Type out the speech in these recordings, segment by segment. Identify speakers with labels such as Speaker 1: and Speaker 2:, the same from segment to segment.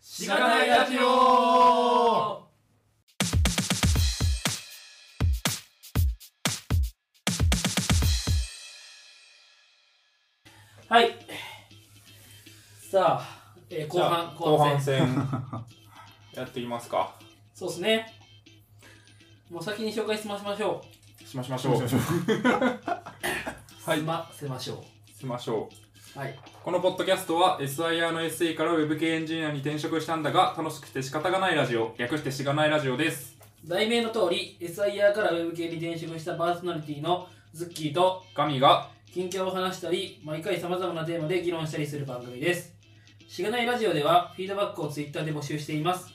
Speaker 1: しがないラジオはい。さあ、えー後
Speaker 2: じゃあ
Speaker 1: 半、
Speaker 2: 後
Speaker 1: 後半
Speaker 2: 半
Speaker 1: 戦。
Speaker 2: 戦やっていきますか
Speaker 1: そうですね。もう先に紹介しましましょ
Speaker 2: しましま しょう
Speaker 3: しま
Speaker 1: う。
Speaker 2: はい
Speaker 1: 済ませましょ
Speaker 2: しましょう
Speaker 1: う。はい。
Speaker 2: このポッドキャストは SIR の SE から Web 系エンジニアに転職したんだが楽しくて仕方がないラジオ略してしがないラジオです
Speaker 1: 題名の通り、SIR から Web 系に転職したパーソナリティのズッキーと
Speaker 2: 神が
Speaker 1: 近況を話したり、毎回様々なテーマで議論したりする番組です。しがないラジオでは、フィードバックをツイッターで募集しています。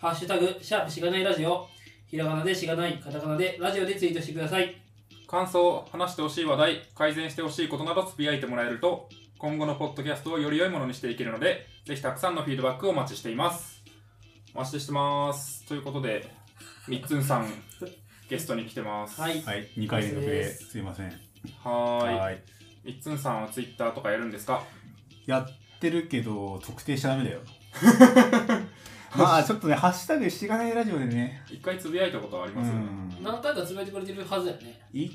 Speaker 1: ハッシュタグ、シャープしがないラジオ、ひらがなでしがない、カタカナでラジオでツイートしてください。
Speaker 2: 感想話してほしい話題改善してほしいことなどつぶやいてもらえると今後のポッドキャストをより良いものにしていけるのでぜひたくさんのフィードバックをお待ちしていますお待ちしてますということでみっつんさんゲストに来てます
Speaker 1: はい。
Speaker 3: はい、2回連続で
Speaker 1: です
Speaker 3: すいません。
Speaker 2: はーい
Speaker 3: い。
Speaker 2: みっつんさんはツイッターとかやるんですか
Speaker 3: やってるけど、特定しちゃダメだ よ。まあ、ちょっとね、ハッシュタグしがないラジオでね。
Speaker 2: 一回つぶやいたことはあり
Speaker 3: う
Speaker 2: ますよね、
Speaker 3: ん。
Speaker 1: 何回かつぶやいてくれてるはずだよ ね。
Speaker 3: 1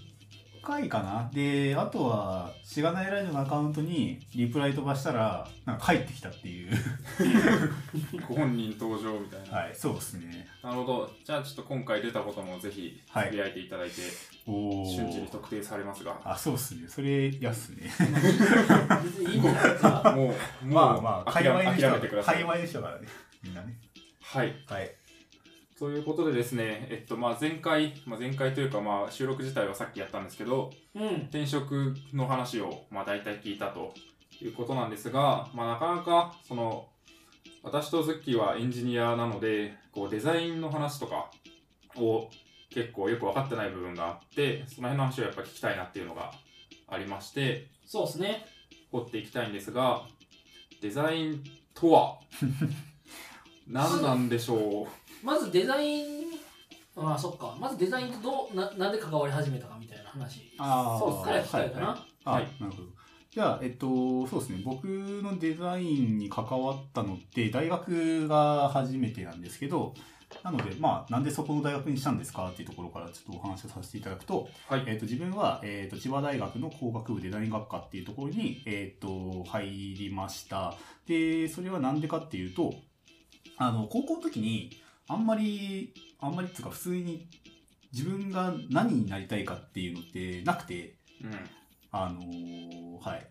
Speaker 3: 回かな。で、あとは、しがないラジオのアカウントにリプライ飛ばしたら、なんか帰ってきたっ ていう。
Speaker 2: ご本人登場みたいな、
Speaker 3: はい、そうですね。
Speaker 2: なるほどじゃあちょっと今回出たこともぜひ
Speaker 3: はい
Speaker 2: つぶやいていただいて、
Speaker 3: おー
Speaker 2: 瞬時に特定されますが
Speaker 3: あ、そうっすね。それ、やっすね。
Speaker 1: 別にいいんじゃないですか。
Speaker 2: もうもう
Speaker 3: まあまあ、
Speaker 2: 諦
Speaker 3: 界
Speaker 2: め
Speaker 3: 隈の人
Speaker 2: 諦めてくだ
Speaker 3: は、
Speaker 2: さ
Speaker 3: 界
Speaker 2: い
Speaker 3: 隈の人だからね。みんなね。
Speaker 2: はい
Speaker 3: はい。
Speaker 2: ということでですね、えっとまあ、前回、まあ、前回というか、まあ、収録自体はさっきやったんですけど
Speaker 1: うん。
Speaker 2: 転職の話を、まあ、大体聞いたということなんですが、まあ、なかなかその私とズッキーはエンジニアなのでこうデザインの話とかを結構よく分かってない部分があってその辺の話をやっぱ聞きたいなっていうのがありまして
Speaker 1: そうですね。
Speaker 2: 掘っていきたいんですがデザインと は何なんでしょう
Speaker 1: まずデザイン、ああ、そっか。まずデザインとどうな、なんで関わり始めたかみたいな話。
Speaker 3: あー
Speaker 2: そうっすね
Speaker 1: から聞きたいかな。
Speaker 3: あ、
Speaker 2: はい
Speaker 3: なるほど。じゃあ、えっと、そうですね、僕のデザインに関わったのって、大学が初めてなんですけど、なので、まあ、なんでそこの大学にしたんですかっていうところからちょっとお話をさせていただくと、
Speaker 2: はい
Speaker 3: えっと、自分は、えっと、千葉大学の工学部デザイン学科っていうところに、えっと、入りました。で、それはなんでかっていうと、あの、高校の時に、あんまり、あんまりっていうか、普通に自分が何になりたいかっていうのってなくて、
Speaker 2: うん
Speaker 3: あのーはい。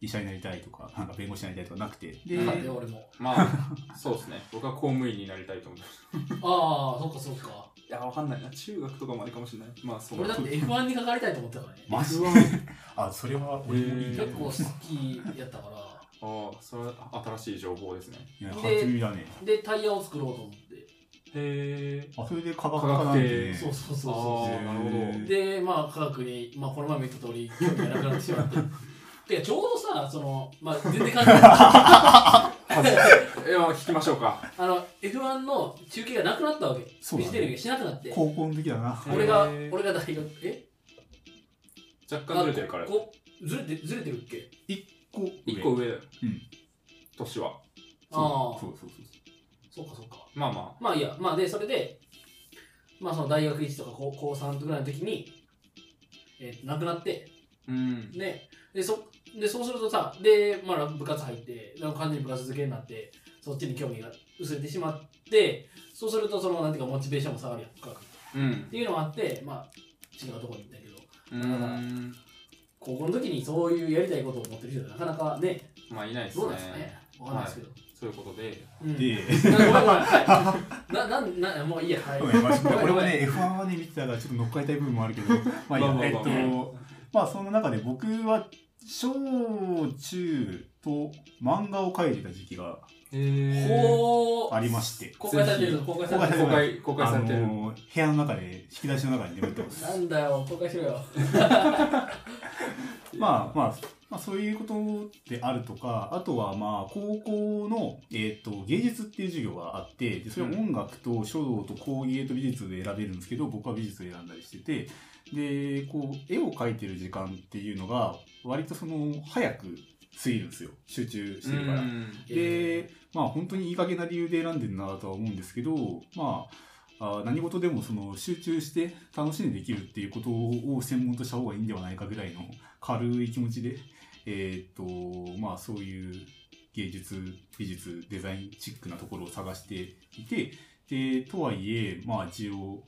Speaker 3: 医者になりたいとか、なんか弁護士になりたいとかなくて。で、
Speaker 1: なかったよ、俺も。
Speaker 2: まあそうですね僕は公務員になりたいと思ってます
Speaker 1: ああ、そっかそっか。
Speaker 2: いや、わかんないな。中学とかまでかもしれない。まあ、そう。
Speaker 1: 俺だって F1 にかかりたいと思ってたからね。
Speaker 3: マジ
Speaker 2: うわ
Speaker 3: あ、それは
Speaker 2: 俺もいい
Speaker 1: 結
Speaker 2: な
Speaker 1: 構好きやったから。
Speaker 2: ああ、それは新しい情報ですね。
Speaker 3: いや、
Speaker 1: で
Speaker 3: 初耳だね。
Speaker 1: で、タイヤを作ろうと思って。
Speaker 2: へえ。
Speaker 3: あ、それで科学科なんて、ね。
Speaker 1: そうそうそう
Speaker 2: あ
Speaker 1: そ
Speaker 2: あ、なるほど。
Speaker 3: へ
Speaker 1: う。
Speaker 3: ー
Speaker 1: で、まあ科学に、まあこの前も言った通り、興味がなくなってしまって。 てかちょうどさ、その、まあ全然関係ない。
Speaker 2: え、まあ、聞きましょうか。
Speaker 1: あの、F1 の中継がなくなったわけ。
Speaker 3: そう
Speaker 1: フ
Speaker 3: だ
Speaker 1: ジ
Speaker 3: ね
Speaker 1: テレビがしなくなって。
Speaker 3: 高校の時だな。
Speaker 1: 俺が
Speaker 2: へ、ー
Speaker 1: 俺が大学、え
Speaker 2: 若干ずれてるから。
Speaker 1: こずれて、ずれてるっけ
Speaker 3: こう
Speaker 2: 一個上だよ。
Speaker 3: うん。
Speaker 2: 年は。
Speaker 1: あ
Speaker 3: そ
Speaker 1: あ
Speaker 3: う、そうそうそ
Speaker 1: そ
Speaker 3: う。
Speaker 1: っかそっか。
Speaker 2: まあま
Speaker 1: まあいいや、まあで、それで、まあその大学1とか高高3ぐらいの時に、えー、亡くなって、
Speaker 2: あ。うん。
Speaker 1: ね、で、そ、で、そうするとさ、で、まあ部活入って、なんか完全に部活続けになって、そっちに興味が薄れてしまって、そうすると、その、なんていうか、モチベーションも下がるやんか。っ
Speaker 2: うん。
Speaker 1: ていうのもあって、まあ、違うところに行ったけど、
Speaker 2: うーん。
Speaker 1: 高校の時にそういうやりたいことを持ってる人はなかなかね、
Speaker 2: まあ、いないです
Speaker 1: どうなんですか
Speaker 2: ね
Speaker 1: ね。。わかんないですけど。
Speaker 2: そういうことで。
Speaker 1: うん
Speaker 3: で、
Speaker 1: なごめんごめんはいな、なん、な、もういいや、はい。
Speaker 3: ごめんマジで俺もね、F1 はね、見てたからちょっと乗っかりたい部分もある けど、まあいいや、えっと、まあその中で僕は、小中と漫画を描いてた時期が
Speaker 2: へえ。
Speaker 1: ほー
Speaker 3: ありまして、
Speaker 1: 公開されてるぞ公開されてる
Speaker 2: 公開、公開
Speaker 3: あ
Speaker 2: されてる。
Speaker 3: のー、部屋の中で、引き出しの中に眠ってます。
Speaker 1: なんだよ公開しろよ
Speaker 3: まあまあ、まあ、そういうことであるとか、あとはまあ、高校の、えー、と芸術っていう授業があって、でそれは音楽と書道と工芸と美術で選べるんですけど、僕は美術を選んだりしてて、で、こう、絵を描いてる時間っていうのが、割とその、早く過ぎるんですよ集中して
Speaker 2: う
Speaker 3: るから。
Speaker 2: ん
Speaker 1: え
Speaker 3: で、まあ本当にいい加減な理由で選んでるなとは思うんですけど、まあ、あー何事でもその集中して楽しんでできるっていうことを専門とした方がいいんではないかぐらいの軽い気持ちで、えーっと、まあそういう芸術、美術、デザインチックなところを探していて、で、とはいえ、まあ一応、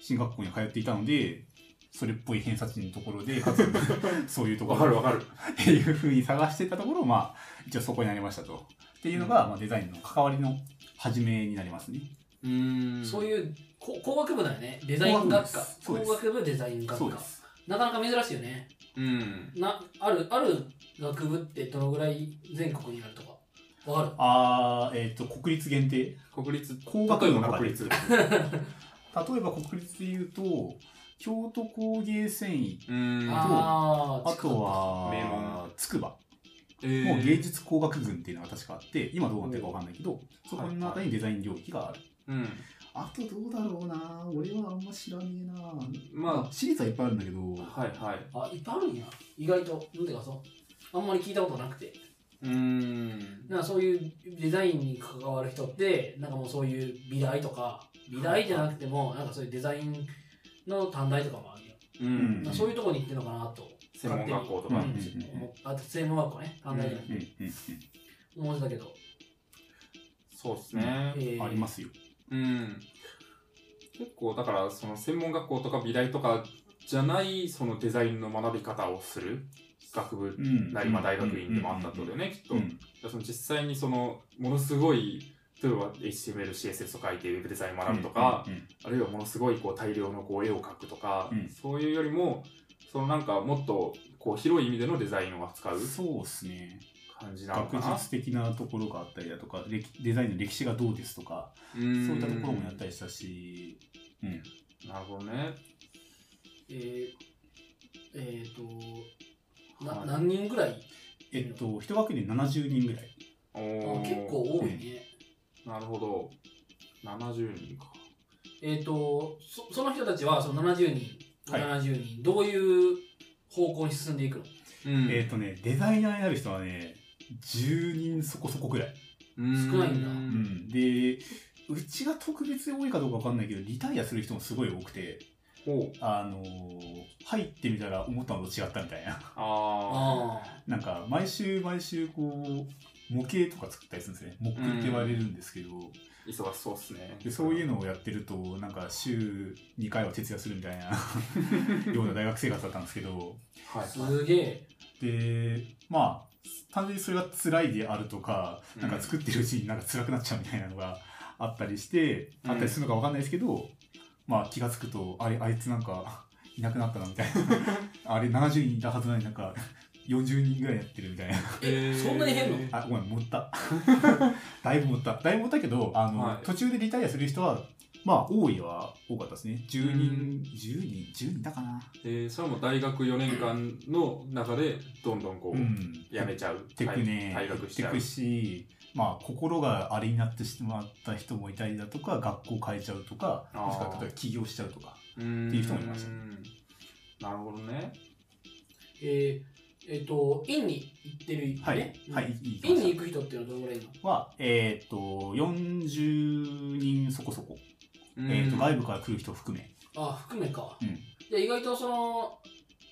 Speaker 3: 進学校に通っていたので、それっぽい偏差値のところで、かつ、そういうとこ
Speaker 2: わかる
Speaker 3: ろ
Speaker 2: わかる。
Speaker 3: っていうふうに探してたところ、まあ、一応そこになりましたと。っていうのが、まあ、デザインの関わりの始めになりますね。
Speaker 2: うん
Speaker 1: ーそういうこ工学部だよねデザイン学科
Speaker 3: 工
Speaker 1: 工
Speaker 3: 学部ですそ
Speaker 1: 学部デザ
Speaker 3: うです
Speaker 1: イン
Speaker 3: そ
Speaker 1: 学
Speaker 3: うで
Speaker 1: 科
Speaker 3: す。
Speaker 1: なかなか珍しいよね
Speaker 2: うん。
Speaker 1: なあるある学部ってどのぐらい全国にあるとかわか
Speaker 3: あー、えっ、と、国立限定。
Speaker 2: 国立。
Speaker 3: 工学部の中
Speaker 2: 国
Speaker 3: で
Speaker 2: 立。
Speaker 3: 例えば国立で言うと、京都工芸繊維、
Speaker 2: うん
Speaker 1: る
Speaker 2: あ
Speaker 1: あー
Speaker 3: あと
Speaker 2: 名
Speaker 3: は
Speaker 2: 門、
Speaker 3: つくば。
Speaker 2: えー
Speaker 3: もう芸術工学群っていうのが確かあって、今どうなってるかわかんないけど、そこの中にデザイン領域がある。
Speaker 2: うん。
Speaker 3: あとどうだろうな俺はあんま知らねえな
Speaker 2: ま
Speaker 3: シリーズはいっぱいあるんだけど、
Speaker 2: あ、はいはい。
Speaker 1: あいっぱいあるんや意外となんでかそうあんまり聞いたことなくて
Speaker 2: うん。
Speaker 1: なんかそういうデザインに関わる人ってなんかもうそういう美大とか美大じゃなくてもなんかそういうデザインの短大とかもあるよ、
Speaker 2: う
Speaker 3: うん
Speaker 2: ん
Speaker 1: なんかそういうとこに行ってるのかなと
Speaker 2: 専門学校とか
Speaker 1: うん
Speaker 3: うん
Speaker 1: 思っあと専門学校ね短大じゃなく
Speaker 3: うん
Speaker 1: て思ってたけど、
Speaker 2: そうですね。
Speaker 1: え
Speaker 3: うん
Speaker 1: ー
Speaker 3: ありますよ。
Speaker 2: うん。結構、だから、その専門学校とか美大とかじゃない、そのデザインの学び方をする学部なり、まあ大学院でもあったってことだよね、きっと。
Speaker 3: うん。
Speaker 2: その実際にそのものすごい例えば HTML、CSS を書いてウェブデザインを学ぶとか、
Speaker 3: うん、うん
Speaker 2: あるいはものすごいこう大量のこう絵を描くとか、
Speaker 3: うん
Speaker 2: そういうよりもそのなんかもっとこう広い意味でのデザインを扱う
Speaker 3: そうですね。
Speaker 2: 感じなの
Speaker 3: 学
Speaker 2: かな。
Speaker 3: 術的なところがあったりだとか、歴デザインの歴史がどうですとか、
Speaker 2: そう
Speaker 3: そう
Speaker 2: い
Speaker 3: いったところもやった
Speaker 2: り。
Speaker 3: りしたし、うん。
Speaker 2: なるほどね。
Speaker 1: えーえーとな、
Speaker 2: はい
Speaker 1: 何人ぐらい
Speaker 3: えっと、一学年70人ぐらい。
Speaker 2: お
Speaker 1: あ
Speaker 2: ー
Speaker 1: 結構多いね、
Speaker 2: なるほど。70人か。
Speaker 1: えっ、とそその人たちはその70人、
Speaker 3: はい
Speaker 1: 70人どういう方向に進んでいくの
Speaker 2: うん
Speaker 3: えっとね、デザイナーになる人はね、10人そこそこぐらい。
Speaker 1: 少ないんだ
Speaker 3: う
Speaker 2: うん
Speaker 3: ん、でうちが特別多いかどうかわかんないけどリタイアする人もすごい多くて、
Speaker 2: ほう。
Speaker 3: あのー入ってみたら思ったのと違ったみたいな
Speaker 2: あ
Speaker 1: ああ
Speaker 3: なんか毎週毎週こう模型とか作ったりするんですね模型って言われるんですけど、
Speaker 2: ー忙しそうっすね。
Speaker 3: でそういうのをやってるとなんか週2回は徹夜するみ たいなような大学生活だったんですけど
Speaker 2: はい。
Speaker 1: すげえ
Speaker 3: でまあ単純にそれが辛いであるとか、
Speaker 2: うん
Speaker 3: なんか作ってるうちになんか辛くなっちゃうみたいなのがあったりして、
Speaker 2: うん
Speaker 3: あったりするのかわかんないですけど、まあ気がつくと、あれ、あいつなんかいなくなったなみたい な。あれ70人いたはずなのになんか40人ぐらいやってるみたいな。
Speaker 2: え
Speaker 1: え
Speaker 2: ー
Speaker 1: そんなに減るの
Speaker 3: あ、ごめん、持った。 だいぶ持った。だいぶ持ったけど、あの、
Speaker 2: はい
Speaker 3: 途中でリタイアする人は、まあ多いは多かったですね。10人、
Speaker 2: うん
Speaker 3: 10人、10人いたかな。
Speaker 2: えー、それも大学4年間の中でどんどんこう、
Speaker 3: ん
Speaker 2: やめちゃう
Speaker 3: ってくね、
Speaker 2: 退学しちゃう
Speaker 3: 減ってくし、まあ、心があれになってしまった人もいたりだとか学校変えちゃうとか
Speaker 2: あー
Speaker 3: もしくは例えば起業しちゃうとか
Speaker 2: うーん
Speaker 3: っていう人もいました
Speaker 2: なるほどね
Speaker 1: えー、えっ、と院に行ってる、ね、
Speaker 3: はい、はい、いい
Speaker 1: 院に行く人っていうのはどのぐらいいるの
Speaker 3: は、えっ、と、40人そこそこ、
Speaker 2: え
Speaker 3: えっ、と、外部から来る人含め、
Speaker 1: あ含めか、
Speaker 3: うん
Speaker 1: で意外とその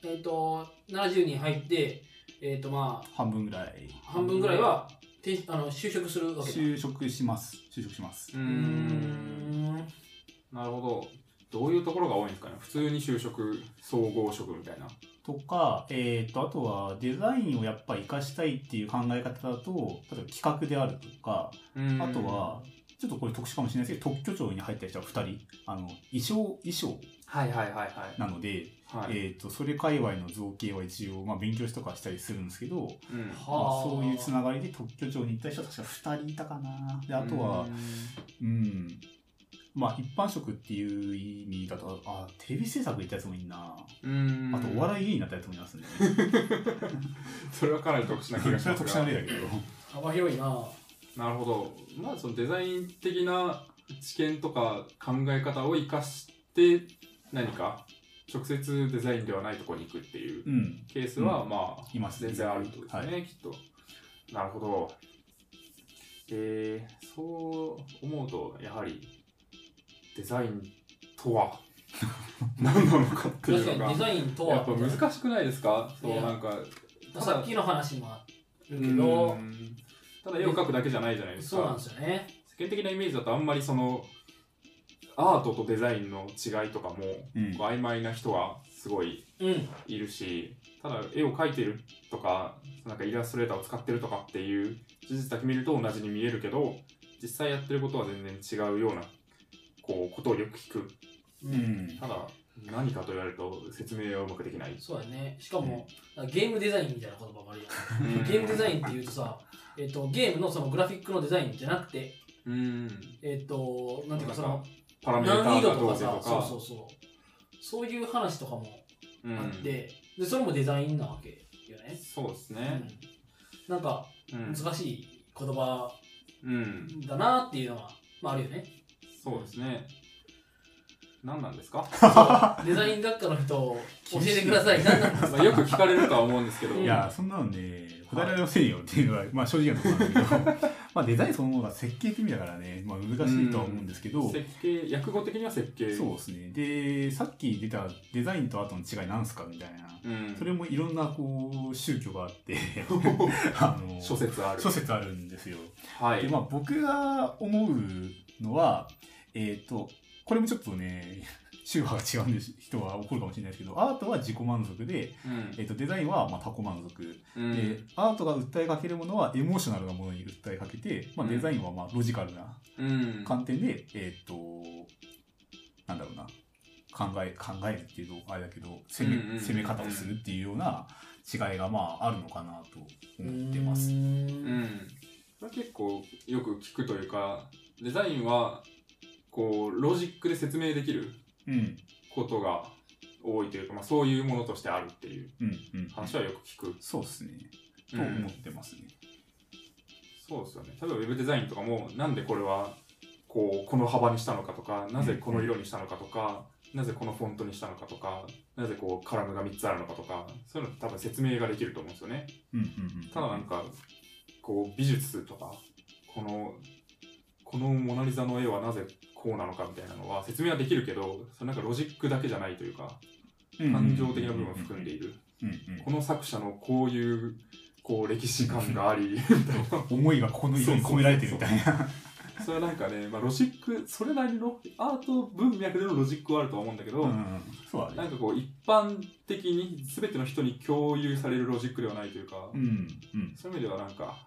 Speaker 1: えっ、と70人入ってえっ、とま
Speaker 3: 半分ぐらい、
Speaker 1: あ半分ぐらいは、転あの就職するわけだ
Speaker 3: 就職します。就職します
Speaker 2: うー
Speaker 1: うー
Speaker 2: ん
Speaker 1: ん
Speaker 2: なるほどどういうところが多いんですかね普通に就職総合職みたいな
Speaker 3: とか、えっ、と、あとはデザインをやっぱ活かしたいっていう考え方だと、例えば企画であるとか、あとは、ちょっとこれ特殊かもしれないですけど、特許庁に入った人は2人、あの、衣装、衣装
Speaker 2: はいはいはい
Speaker 3: なので、
Speaker 2: はいはい、
Speaker 3: えっ、と、それ界隈の造形は一応、まあ、勉強しとかしたりするんですけど、
Speaker 2: うん
Speaker 1: は
Speaker 3: まあ
Speaker 1: あ、
Speaker 3: そういうつながりで特許庁に行った人は確か2人いたかな。で、あとは
Speaker 2: う、
Speaker 3: うん、まあ、一般職っていう意味だと、あ、テレビ制作行ったやつもいいな。
Speaker 2: ーん
Speaker 3: あと、お笑
Speaker 2: い
Speaker 3: い芸人になったやつもいますね。
Speaker 2: それはかなり特殊な気
Speaker 3: それ
Speaker 2: がし
Speaker 3: は
Speaker 2: ます
Speaker 3: 特
Speaker 2: が
Speaker 3: 殊な例だけど。
Speaker 1: 幅広いな
Speaker 2: なるほどま あそのデザイン的な知見とか考え方を生かして何か直接デザインではないところに行くっていう
Speaker 3: うん、
Speaker 2: ケースは、まあ
Speaker 3: いますね
Speaker 2: 全然あるってことですね、きっとなるほど。えー、そう思うと、やはり、デザインと は何なのかってい
Speaker 1: 確か
Speaker 2: うのが、
Speaker 1: にデザインと
Speaker 2: やっ
Speaker 1: は
Speaker 2: ぱ難しくないですかそう、
Speaker 1: いや
Speaker 2: なんか、
Speaker 1: さっきの話もあるけ
Speaker 2: う
Speaker 1: ど、
Speaker 2: んただ絵を描くだけじゃないじゃないです
Speaker 1: そうなん
Speaker 2: か
Speaker 1: で。すよね。
Speaker 2: 世間的なイメージだと、あんまりその、アートとデザインの違いとかも、
Speaker 3: うん
Speaker 2: こう曖昧な人はすごい
Speaker 1: うん。
Speaker 2: いるし、ただ絵を描いてるとか、なんかイラストレーターを使ってるとかっていう事実だけ見ると同じに見えるけど、実際やってることは全然違うような、こう、ことをよく聞く。
Speaker 1: う
Speaker 3: うんん
Speaker 2: ただ、何かと言われると説明はうまくできない。
Speaker 1: そうだね。しかも、ゲームデザインみたいな言葉もあるよ。ゲームデザインっていうとさ、えっと、ゲームのそのグラフィックのデザインじゃなくて、
Speaker 2: うん。
Speaker 1: えっと、なんていうかその、
Speaker 2: パラメータ
Speaker 1: 難易
Speaker 2: ー
Speaker 1: 度
Speaker 2: が
Speaker 1: と
Speaker 2: どう
Speaker 1: か
Speaker 2: でと
Speaker 1: さ
Speaker 2: か、。
Speaker 1: そうそうそう。そういう話とかも
Speaker 2: う
Speaker 1: あ
Speaker 2: ん
Speaker 1: って、で、それもデザインなわけよね。
Speaker 2: そうです
Speaker 1: う
Speaker 2: ね
Speaker 1: ん。なんか、
Speaker 2: うん。
Speaker 1: 難しい言葉
Speaker 2: うん。
Speaker 1: だなっていうのは、まああるよね。
Speaker 2: そうですね。何なんです か
Speaker 1: そうデザイン学科の人を教えてくだ さい。何なんです
Speaker 2: まあよく聞かれるとは思うんですけど。
Speaker 1: うん
Speaker 3: いやそんなのね答えられませんよっていうのは、まあ、正直なところなんだけ どまあデザインそのものが設計って意味だからね、まあ、難しいとは思うんですけど、
Speaker 2: 設計、訳語的には設計。
Speaker 3: そうですねでさっき出たデザインとアートの違いなんすかみたいな
Speaker 2: うん。
Speaker 3: それもいろんなこう宗教があって あの
Speaker 2: 諸説ある。
Speaker 3: 諸説あるんですよ
Speaker 2: はい。
Speaker 3: でまあ僕が思うのはえっ、とこれもちょっとね 宗派が違うんで人は怒るかもしれないですけどアートは自己満足で、
Speaker 2: うん
Speaker 3: えー、とデザインはまあ他己満足
Speaker 2: うん
Speaker 3: でアートが訴えかけるものはエモーショナルなものに訴えかけて、まあ、
Speaker 2: うん
Speaker 3: デザインはまあロジカルな
Speaker 2: うん
Speaker 3: 観点で、えーっとなんだろうな考え考えるっていうとあれだけど攻め,、
Speaker 2: うんうんうん
Speaker 3: 攻め方をするっていうような違いがまああるのかなと
Speaker 1: か
Speaker 3: 思ってます。
Speaker 1: う
Speaker 2: うんんそれは結構よく聞くというかデザインはこうロジックで説明できる
Speaker 3: うん
Speaker 2: ことが多いというか、まあ、そういうものとしてあるっていう
Speaker 3: うんうん、
Speaker 2: 話はよく聞く、
Speaker 3: そうですね。と
Speaker 2: うん
Speaker 3: 思ってますね。
Speaker 2: そうですよね例えばウェブデザインとかもなんでこれはこうこの幅にしたのかとかなぜこの色にしたのかとか、なぜこのフォントにしたのかとかなぜこうカラムが3つあるのかとかそういうの多分説明ができると思うんですよね
Speaker 3: うんうんうん、
Speaker 2: ただなんかこう美術とかこのこのモナ・リザの絵はなぜこうなのかみたいなのは説明はできるけどそのなんかロジックだけじゃないというか感情的な部分を含んでいる
Speaker 3: うんうん
Speaker 2: この作者のこういうこう歴史感があ りみたい
Speaker 3: 思いがこの色に込められてるみたいな。
Speaker 2: なそれはなんかね、まあ、ロジックそれなりのアート文脈でのロジックはあるとは思うんだけど、
Speaker 3: うんそうだ
Speaker 2: なん
Speaker 3: ね。
Speaker 2: かこう一般的に全ての人に共有されるロジックではないというか、
Speaker 3: うんうん
Speaker 2: そういう意味ではなんか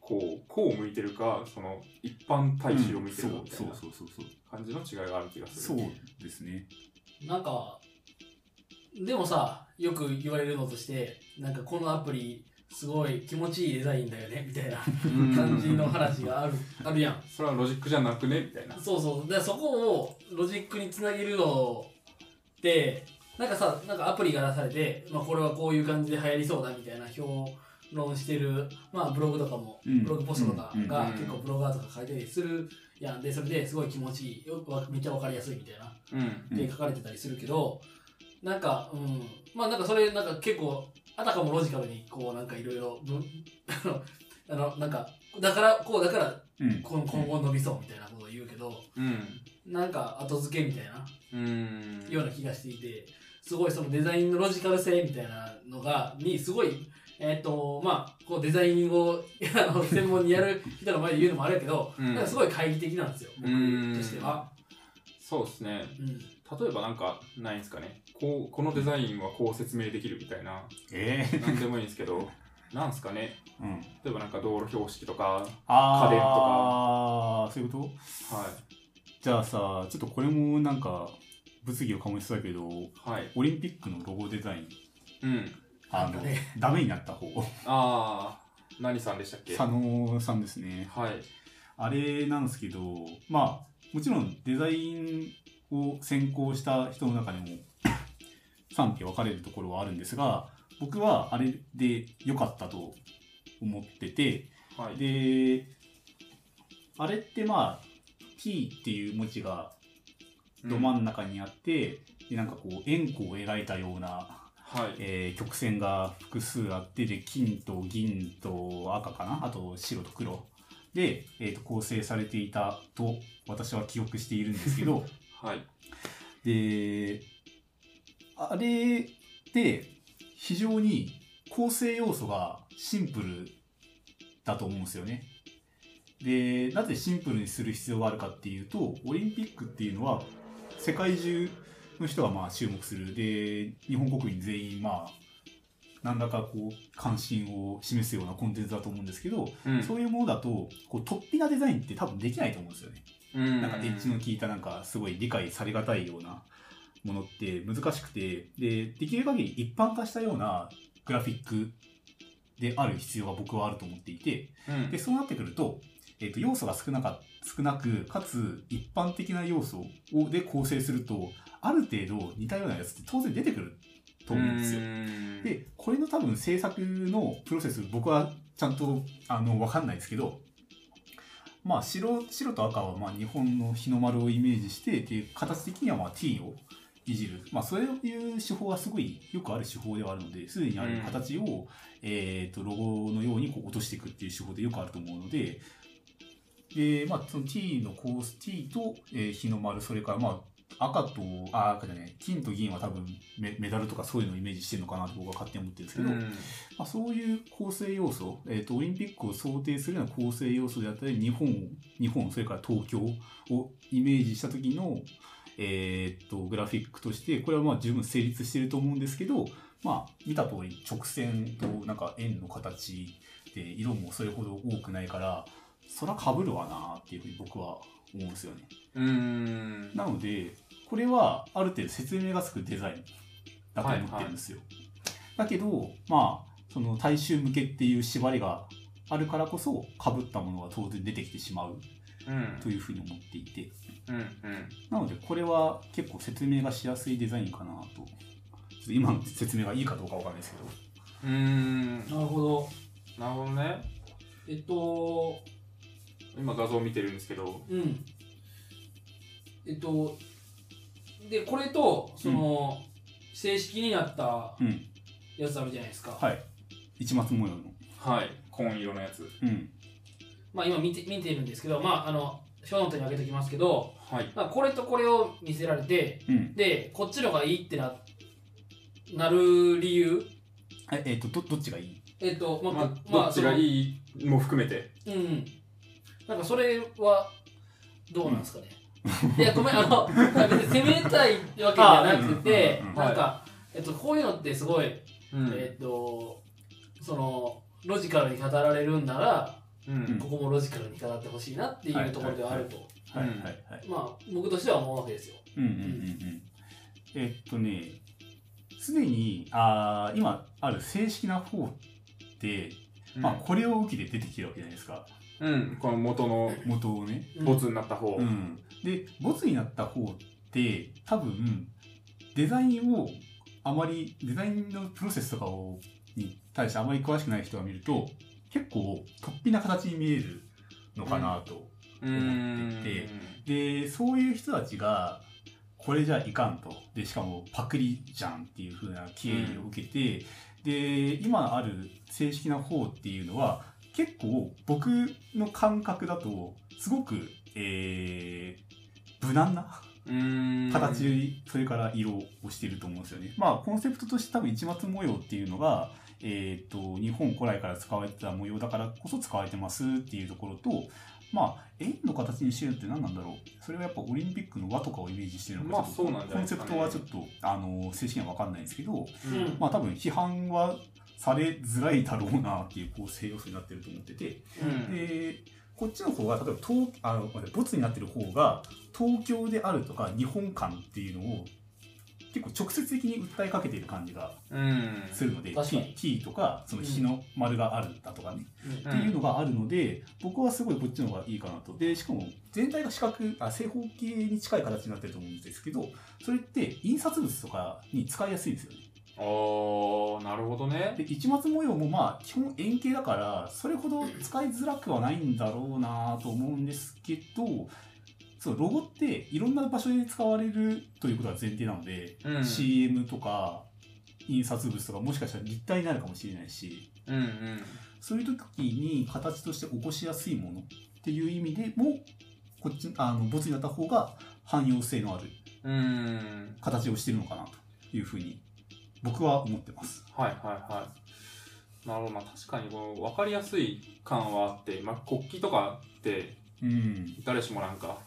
Speaker 2: こうこう向いてるかその一般大衆を向いてるかみた
Speaker 3: そ
Speaker 2: いうな
Speaker 3: そうそうそう
Speaker 2: 感じの違いがある気がす
Speaker 3: そう
Speaker 2: る。
Speaker 3: そうですね
Speaker 1: なんか、でもさ、よく言われるのとして、なんかこのアプリ、すごい気持ちいいデザインだよね、みたいな
Speaker 2: うん
Speaker 1: 感じの話があるあるやん。
Speaker 2: それはロジックじゃなくねみたいな。
Speaker 1: そうそう。で、そこをロジックにつなげるのって、なんかさ、なんかアプリが出されて、まあ、これはこういう感じで流行りそうだみたいな評論してる、まあ、ブログとかも、
Speaker 3: うん
Speaker 1: ブログポストとか
Speaker 3: うん
Speaker 1: が
Speaker 2: うん
Speaker 1: 結構ブロガーとか書いたりするやんで、それですごい気持ちいいよ、わめっちゃわかりやすいみたいな。
Speaker 2: うん
Speaker 1: って書かれてたりするけど、なんか、うん、まあなんかそれなんか結構あたかもロジカルにこうなんかいろいろぶん あのあのなんかだからこうだから
Speaker 3: うん
Speaker 1: こ今後伸びそうみたいなことを言うけど
Speaker 2: うん
Speaker 1: なんか後付けみたいな
Speaker 2: うん
Speaker 1: ような気がしていてすごいそのデザインのロジカル性みたいなのがにすごいえっ、とまあこうデザインを あの専門にやる人の前で言うのもあれやけど、
Speaker 2: うん
Speaker 1: なんかすごい懐疑的なんですよ僕
Speaker 2: うん
Speaker 1: としては。
Speaker 2: そうですね。
Speaker 1: うん
Speaker 2: 例えばなんかないんですかね。こうこのデザインはこう説明できるみたいな。
Speaker 3: ええ
Speaker 2: なんでもいいんですけ ど。なんですかね。
Speaker 3: うん
Speaker 2: 例えばなんか道路標識とか。は
Speaker 3: あ
Speaker 2: 家電と
Speaker 3: ーあそういうこと
Speaker 2: い。
Speaker 3: じゃあさちょっとこれもなんか物議を醸しそうだけど
Speaker 2: はい。
Speaker 3: オリンピックのロゴデザイン
Speaker 2: うん。
Speaker 3: あ
Speaker 1: な
Speaker 3: の
Speaker 1: んかね
Speaker 3: ダメになった方
Speaker 2: ああ。何さんでしたっけ
Speaker 3: 佐野さんですね
Speaker 2: はい。
Speaker 3: あれなんですけどまあもちろんデザインを専攻した人の中でも賛否分かれるところはあるんですが僕はあれで良かったと思ってて
Speaker 2: はい。
Speaker 3: であれってまあ T っていう文字がど真ん中にあって、でなんかこう円弧を描いたような
Speaker 2: はい。
Speaker 3: えー曲線が複数あってで金と銀と赤かなあと白と黒で、えーと構成されていたと私は記憶しているんですけど
Speaker 2: はい。
Speaker 3: であれって非常に構成要素がシンプルだと思うんですよね。でなぜシンプルにする必要があるかっていうとオリンピックっていうのは世界中の人がまあ注目するで日本国民全員まあ何らかこう関心を示すようなコンテンツだと思うんですけど、
Speaker 2: うん。
Speaker 3: そういうものだとこう突飛なデザインって多分できないと思うんですよね。
Speaker 2: うん
Speaker 3: なんかエッジの効いたなんかすごい理解されがたいようなものって難しくてでできる限り一般化したようなグラフィックである必要が僕はあると思っていて
Speaker 2: うん
Speaker 3: でそうなってくると,、えっと要素が少なか少なくかつ一般的な要素をで構成するとある程度似たようなやつって当然出てくると思うんですよ。
Speaker 2: うん
Speaker 3: でこれの多分制作のプロセス僕はちゃんとあの分かんないですけどまあ白白と赤はまあ日本の日の丸をイメージしてで形的にはまあ T をいじる、まあ、そういう手法はすごいよくある手法ではあるのですでにある形を、えー、とロゴのようにこう落としていくっていう手法でよくあると思うのでで、まあ、その T のコース T と、えー日の丸それからまあ赤と、あ、赤じゃない、金と銀は多分メメダルとかそういうのをイメージしてるのかなと僕は勝手に思ってるんですけど、
Speaker 2: うん
Speaker 3: まあ、そういう構成要素、えーと、オリンピックを想定するような構成要素であったり、日本を、日本、それから東京をイメージした時の、えーと、グラフィックとして、これはまあ十分成立してると思うんですけど、まあ、見た通り直線となんか円の形で色もそれほど多くないから、そら被るわなっていうふうに僕は思うんですよね。
Speaker 2: うん。
Speaker 3: なのでこれはある程度説明がつくデザインだと思ってるんですよ。だけどまあその大衆向けっていう縛りがあるからこそかぶったものが当然出てきてしまう
Speaker 2: うん
Speaker 3: というふうに思っていて
Speaker 2: うん
Speaker 3: なのでこれは結構説明がしやすいデザインかなとちょっと今の説明がいいかどうかわかんないですけど
Speaker 2: うん。うん。
Speaker 1: なるほど。
Speaker 2: なるほどね。
Speaker 1: えっと、
Speaker 2: 今画像見てるんですけど。
Speaker 1: うん。えっと、で、これと、その、正式になった
Speaker 3: うん
Speaker 1: やつあるじゃないですか。
Speaker 3: はい市松模様の
Speaker 2: はい。紺色のやつ。
Speaker 3: うん
Speaker 1: まあ今見て見てるんですけど、まああの、小ノートに上げておきますけど、
Speaker 2: はい。
Speaker 1: まあ、これとこれを見せられて、
Speaker 3: うん
Speaker 1: で、こっちの方がいいってな、なる理由
Speaker 3: ええっとどどっちがいい
Speaker 1: えっと、まあ、
Speaker 2: まあ、
Speaker 1: まあ
Speaker 2: どっちがいいも含めて。
Speaker 1: そのうんうん。なんかそれは、どうなんですかね。いや、ごめん、あの、別に責めたいわけじゃなくて
Speaker 3: あうんうんうんう、ん
Speaker 1: なんか、えっと、こういうのってすごい、
Speaker 2: うん
Speaker 1: えっと、その、ロジカルに語られるんなら、
Speaker 2: うん。
Speaker 1: ここもロジカルに語ってほしいなっていうところではあると、
Speaker 3: はいはい
Speaker 2: うん
Speaker 3: はい
Speaker 1: まあ、僕としては思うわけですよ。
Speaker 3: うんうんうんうんえっとねすでにあー今ある正式な方って、まあ、これを受けて出てきてるわけじゃないですか
Speaker 2: うん。この元の
Speaker 3: 元をね。
Speaker 1: うん
Speaker 2: ボツになった方。
Speaker 3: うん、でボツになった方って多分デザインをあまりデザインのプロセスとかをに対してあまり詳しくない人が見ると結構突飛な形に見えるのかなと。
Speaker 2: う
Speaker 3: 思っていてでそういう人たちがこれじゃいかんとでしかもパクリじゃんっていう風な敬意を受けて、で今ある正式な方っていうのは結構僕の感覚だとすごく、えー無難な
Speaker 2: うん。
Speaker 3: 形、それから色をしてると思うんですよね。まあコンセプトとして多分市松模様っていうのが、えー、と日本古来から使われてた模様だからこそ使われてますっていうところとまあ円の形にしてるのって何なんだろうそれはやっぱオリンピックの輪とかをイメージしてるの
Speaker 2: まあ
Speaker 3: かちょっと
Speaker 2: そうなんじゃ
Speaker 3: コ
Speaker 2: ない
Speaker 3: ン
Speaker 2: です
Speaker 3: セ
Speaker 2: か
Speaker 3: プ
Speaker 2: ね
Speaker 3: トはちょっとあの正式には分かんないんですけど
Speaker 2: うん。
Speaker 3: まあ多分批判はされづらいだろうなっていう構成要素になってると思ってて。
Speaker 2: うん。
Speaker 3: でこっちの方が例えば東あのごめんなさいボツになってる方が東京であるとか日本間っていうのを結構直接的に訴えかけている感じが
Speaker 2: うん。
Speaker 3: するので、
Speaker 1: 確かに
Speaker 3: T, T とかその日の丸があるだとかね、
Speaker 1: うん
Speaker 3: っていうのがあるので僕はすごいこっちの方がいいかなとでしかも全体が四角あ正方形に近い形になってると思うんですけどそれって印刷物とかに使いやすいんですよね
Speaker 2: あー、なるほどね。
Speaker 3: で市松模様もまあ基本円形だからそれほど使いづらくはないんだろうなと思うんですけどそうロゴっていろんな場所で使われるということが前提なので、
Speaker 2: うん。
Speaker 3: CM とか印刷物とかもしかしたら立体になるかもしれないし
Speaker 2: うんうん。
Speaker 3: そういう時に形として起こしやすいものっていう意味でもこっちあのボツになった方が汎用性のある
Speaker 2: うーん。
Speaker 3: 形をしてるのかなというふうに僕は思ってます。
Speaker 2: はいはいはい。なるほど、まあ、確かにこう分かりやすい感はあって、まあ、国旗とかって
Speaker 3: うん、
Speaker 2: 誰しもなんか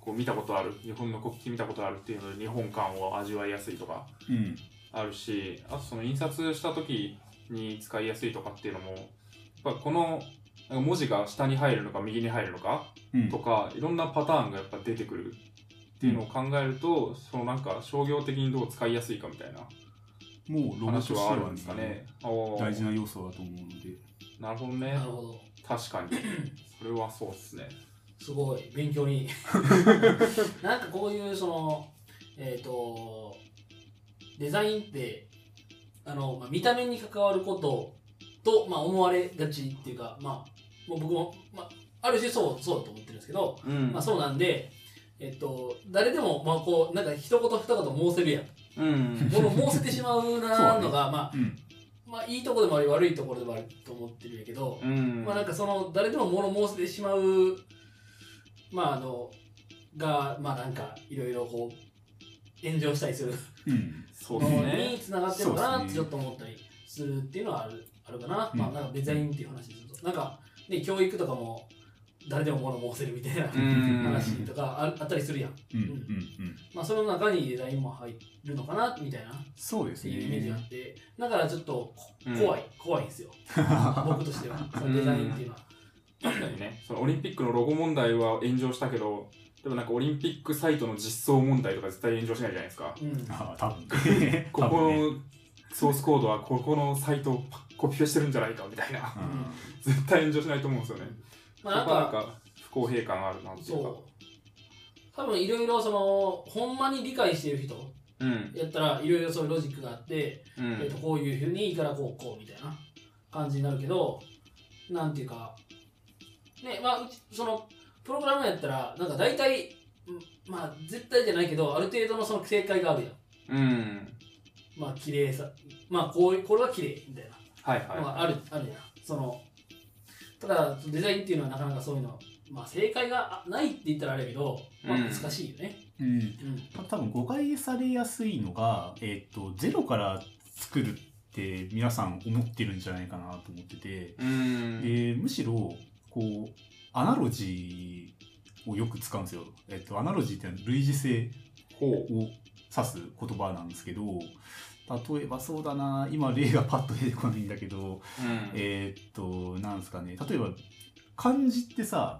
Speaker 2: こう見たことある日本の国旗見たことあるっていうので日本感を味わいやすいとか
Speaker 3: うん、
Speaker 2: あるしあとその印刷した時に使いやすいとかっていうのもやっぱこのなんか文字が下に入るのか右に入るのか
Speaker 3: うん
Speaker 2: とかいろんなパターンがやっぱ出てくるっていうのを考えると、そのなんか商業的にどう使いやすいかみたいな
Speaker 3: もうロゴとし
Speaker 2: 話
Speaker 3: て
Speaker 2: はあ
Speaker 3: は
Speaker 2: るんですかね。おー
Speaker 3: 大事な要素だと思うので、
Speaker 2: なるほどね
Speaker 1: なるほど。
Speaker 2: 確かにそれはそうですね
Speaker 1: すごい、勉強に。 なんかこういう、その、えっ、と、デザインって、あの、まあ、見た目に関わることと、まあ、思われがちっていうか、まあ、もう僕も、まあ、ある種そう、そうだと思ってるんですけど、
Speaker 2: うん
Speaker 1: まあ、そうなんで、えっと、誰でも、まあ、こう、なんか一言二言申せるやん。
Speaker 2: うん
Speaker 1: 僕も申せてしまうなーのが、まあ、
Speaker 3: うん、
Speaker 1: まあ、いいとこでもあり、悪いところでもあると思ってるんやけど、
Speaker 2: うん
Speaker 1: まあなんかその誰でも物申してしまうまああのがまあなんかいろいろこう炎上したりする
Speaker 3: うん、
Speaker 2: そうで
Speaker 1: の
Speaker 2: す
Speaker 1: に
Speaker 2: ね
Speaker 1: つながってるのかな
Speaker 3: そう
Speaker 1: っ
Speaker 3: で
Speaker 1: て
Speaker 3: すね
Speaker 1: ちょっと思ったりするっていうのはあるあるかな、
Speaker 3: うん
Speaker 1: まあなんかデザインっていう話でするとなんかね教育とかも誰でも物申せるみたいな
Speaker 2: うん
Speaker 1: 話とかああったりするやん
Speaker 3: うん、うん、うん、
Speaker 1: まあその中にデザインも入るのかなみたいなっ
Speaker 3: そうです
Speaker 1: て
Speaker 3: ね。
Speaker 1: いうイメージがあってだからちょっとこ
Speaker 2: うん
Speaker 1: 怖い、怖いんですよ僕としてはそのデザインっていうのは
Speaker 2: 確かにねそのオリンピックのロゴ問題は炎上したけどでもなんかオリンピックサイトの実装問題とか絶対炎上しないじゃないですか
Speaker 1: うん
Speaker 3: ああ、多分。
Speaker 2: こ
Speaker 3: 多
Speaker 2: こ
Speaker 3: 分ね
Speaker 2: のソースコードはここのサイトをパコピペしてるんじゃないかみたいな 絶対炎上しないと思うんですよね
Speaker 1: まあなん
Speaker 2: そこはな
Speaker 1: か
Speaker 2: んか不公平感があるなっていうか
Speaker 1: そう多分いろいろそのほんまに理解してる人
Speaker 2: うん
Speaker 1: やったらいろいろそういうロジックがあって、
Speaker 2: う
Speaker 1: えっと
Speaker 2: ん
Speaker 1: こういうふうにいいからこうこうみたいな感じになるけどなんていうかねまあうちそのプログラムやったらなんか大体うんまあ絶対じゃないけどある程度のその正解があるやん
Speaker 2: うん
Speaker 1: まあ綺麗さまあこうこれは綺麗みたいな
Speaker 2: はいはい、
Speaker 1: まあ、あるあるやんそのただデザインっていうのはなかなかそういうのまあ正解があないって言ったらあれやけど、まあ、
Speaker 2: うん
Speaker 1: 難しいよね、
Speaker 3: うん、
Speaker 1: うん
Speaker 3: 多分誤解されやすいのが、えっ、と、ゼロから作るって皆さん思ってるんじゃないかなと思ってて、
Speaker 2: うん
Speaker 3: でむしろ、こう、アナロジーをよく使うんですよ。えっ、と、アナロジーってのは類似性
Speaker 2: ほ
Speaker 3: を指す言葉なんですけど、例えばそうだな、今例がパッと出てこないんだけど、
Speaker 2: う、うん、
Speaker 3: えーっと、なんですかね、例えば、漢字ってさ、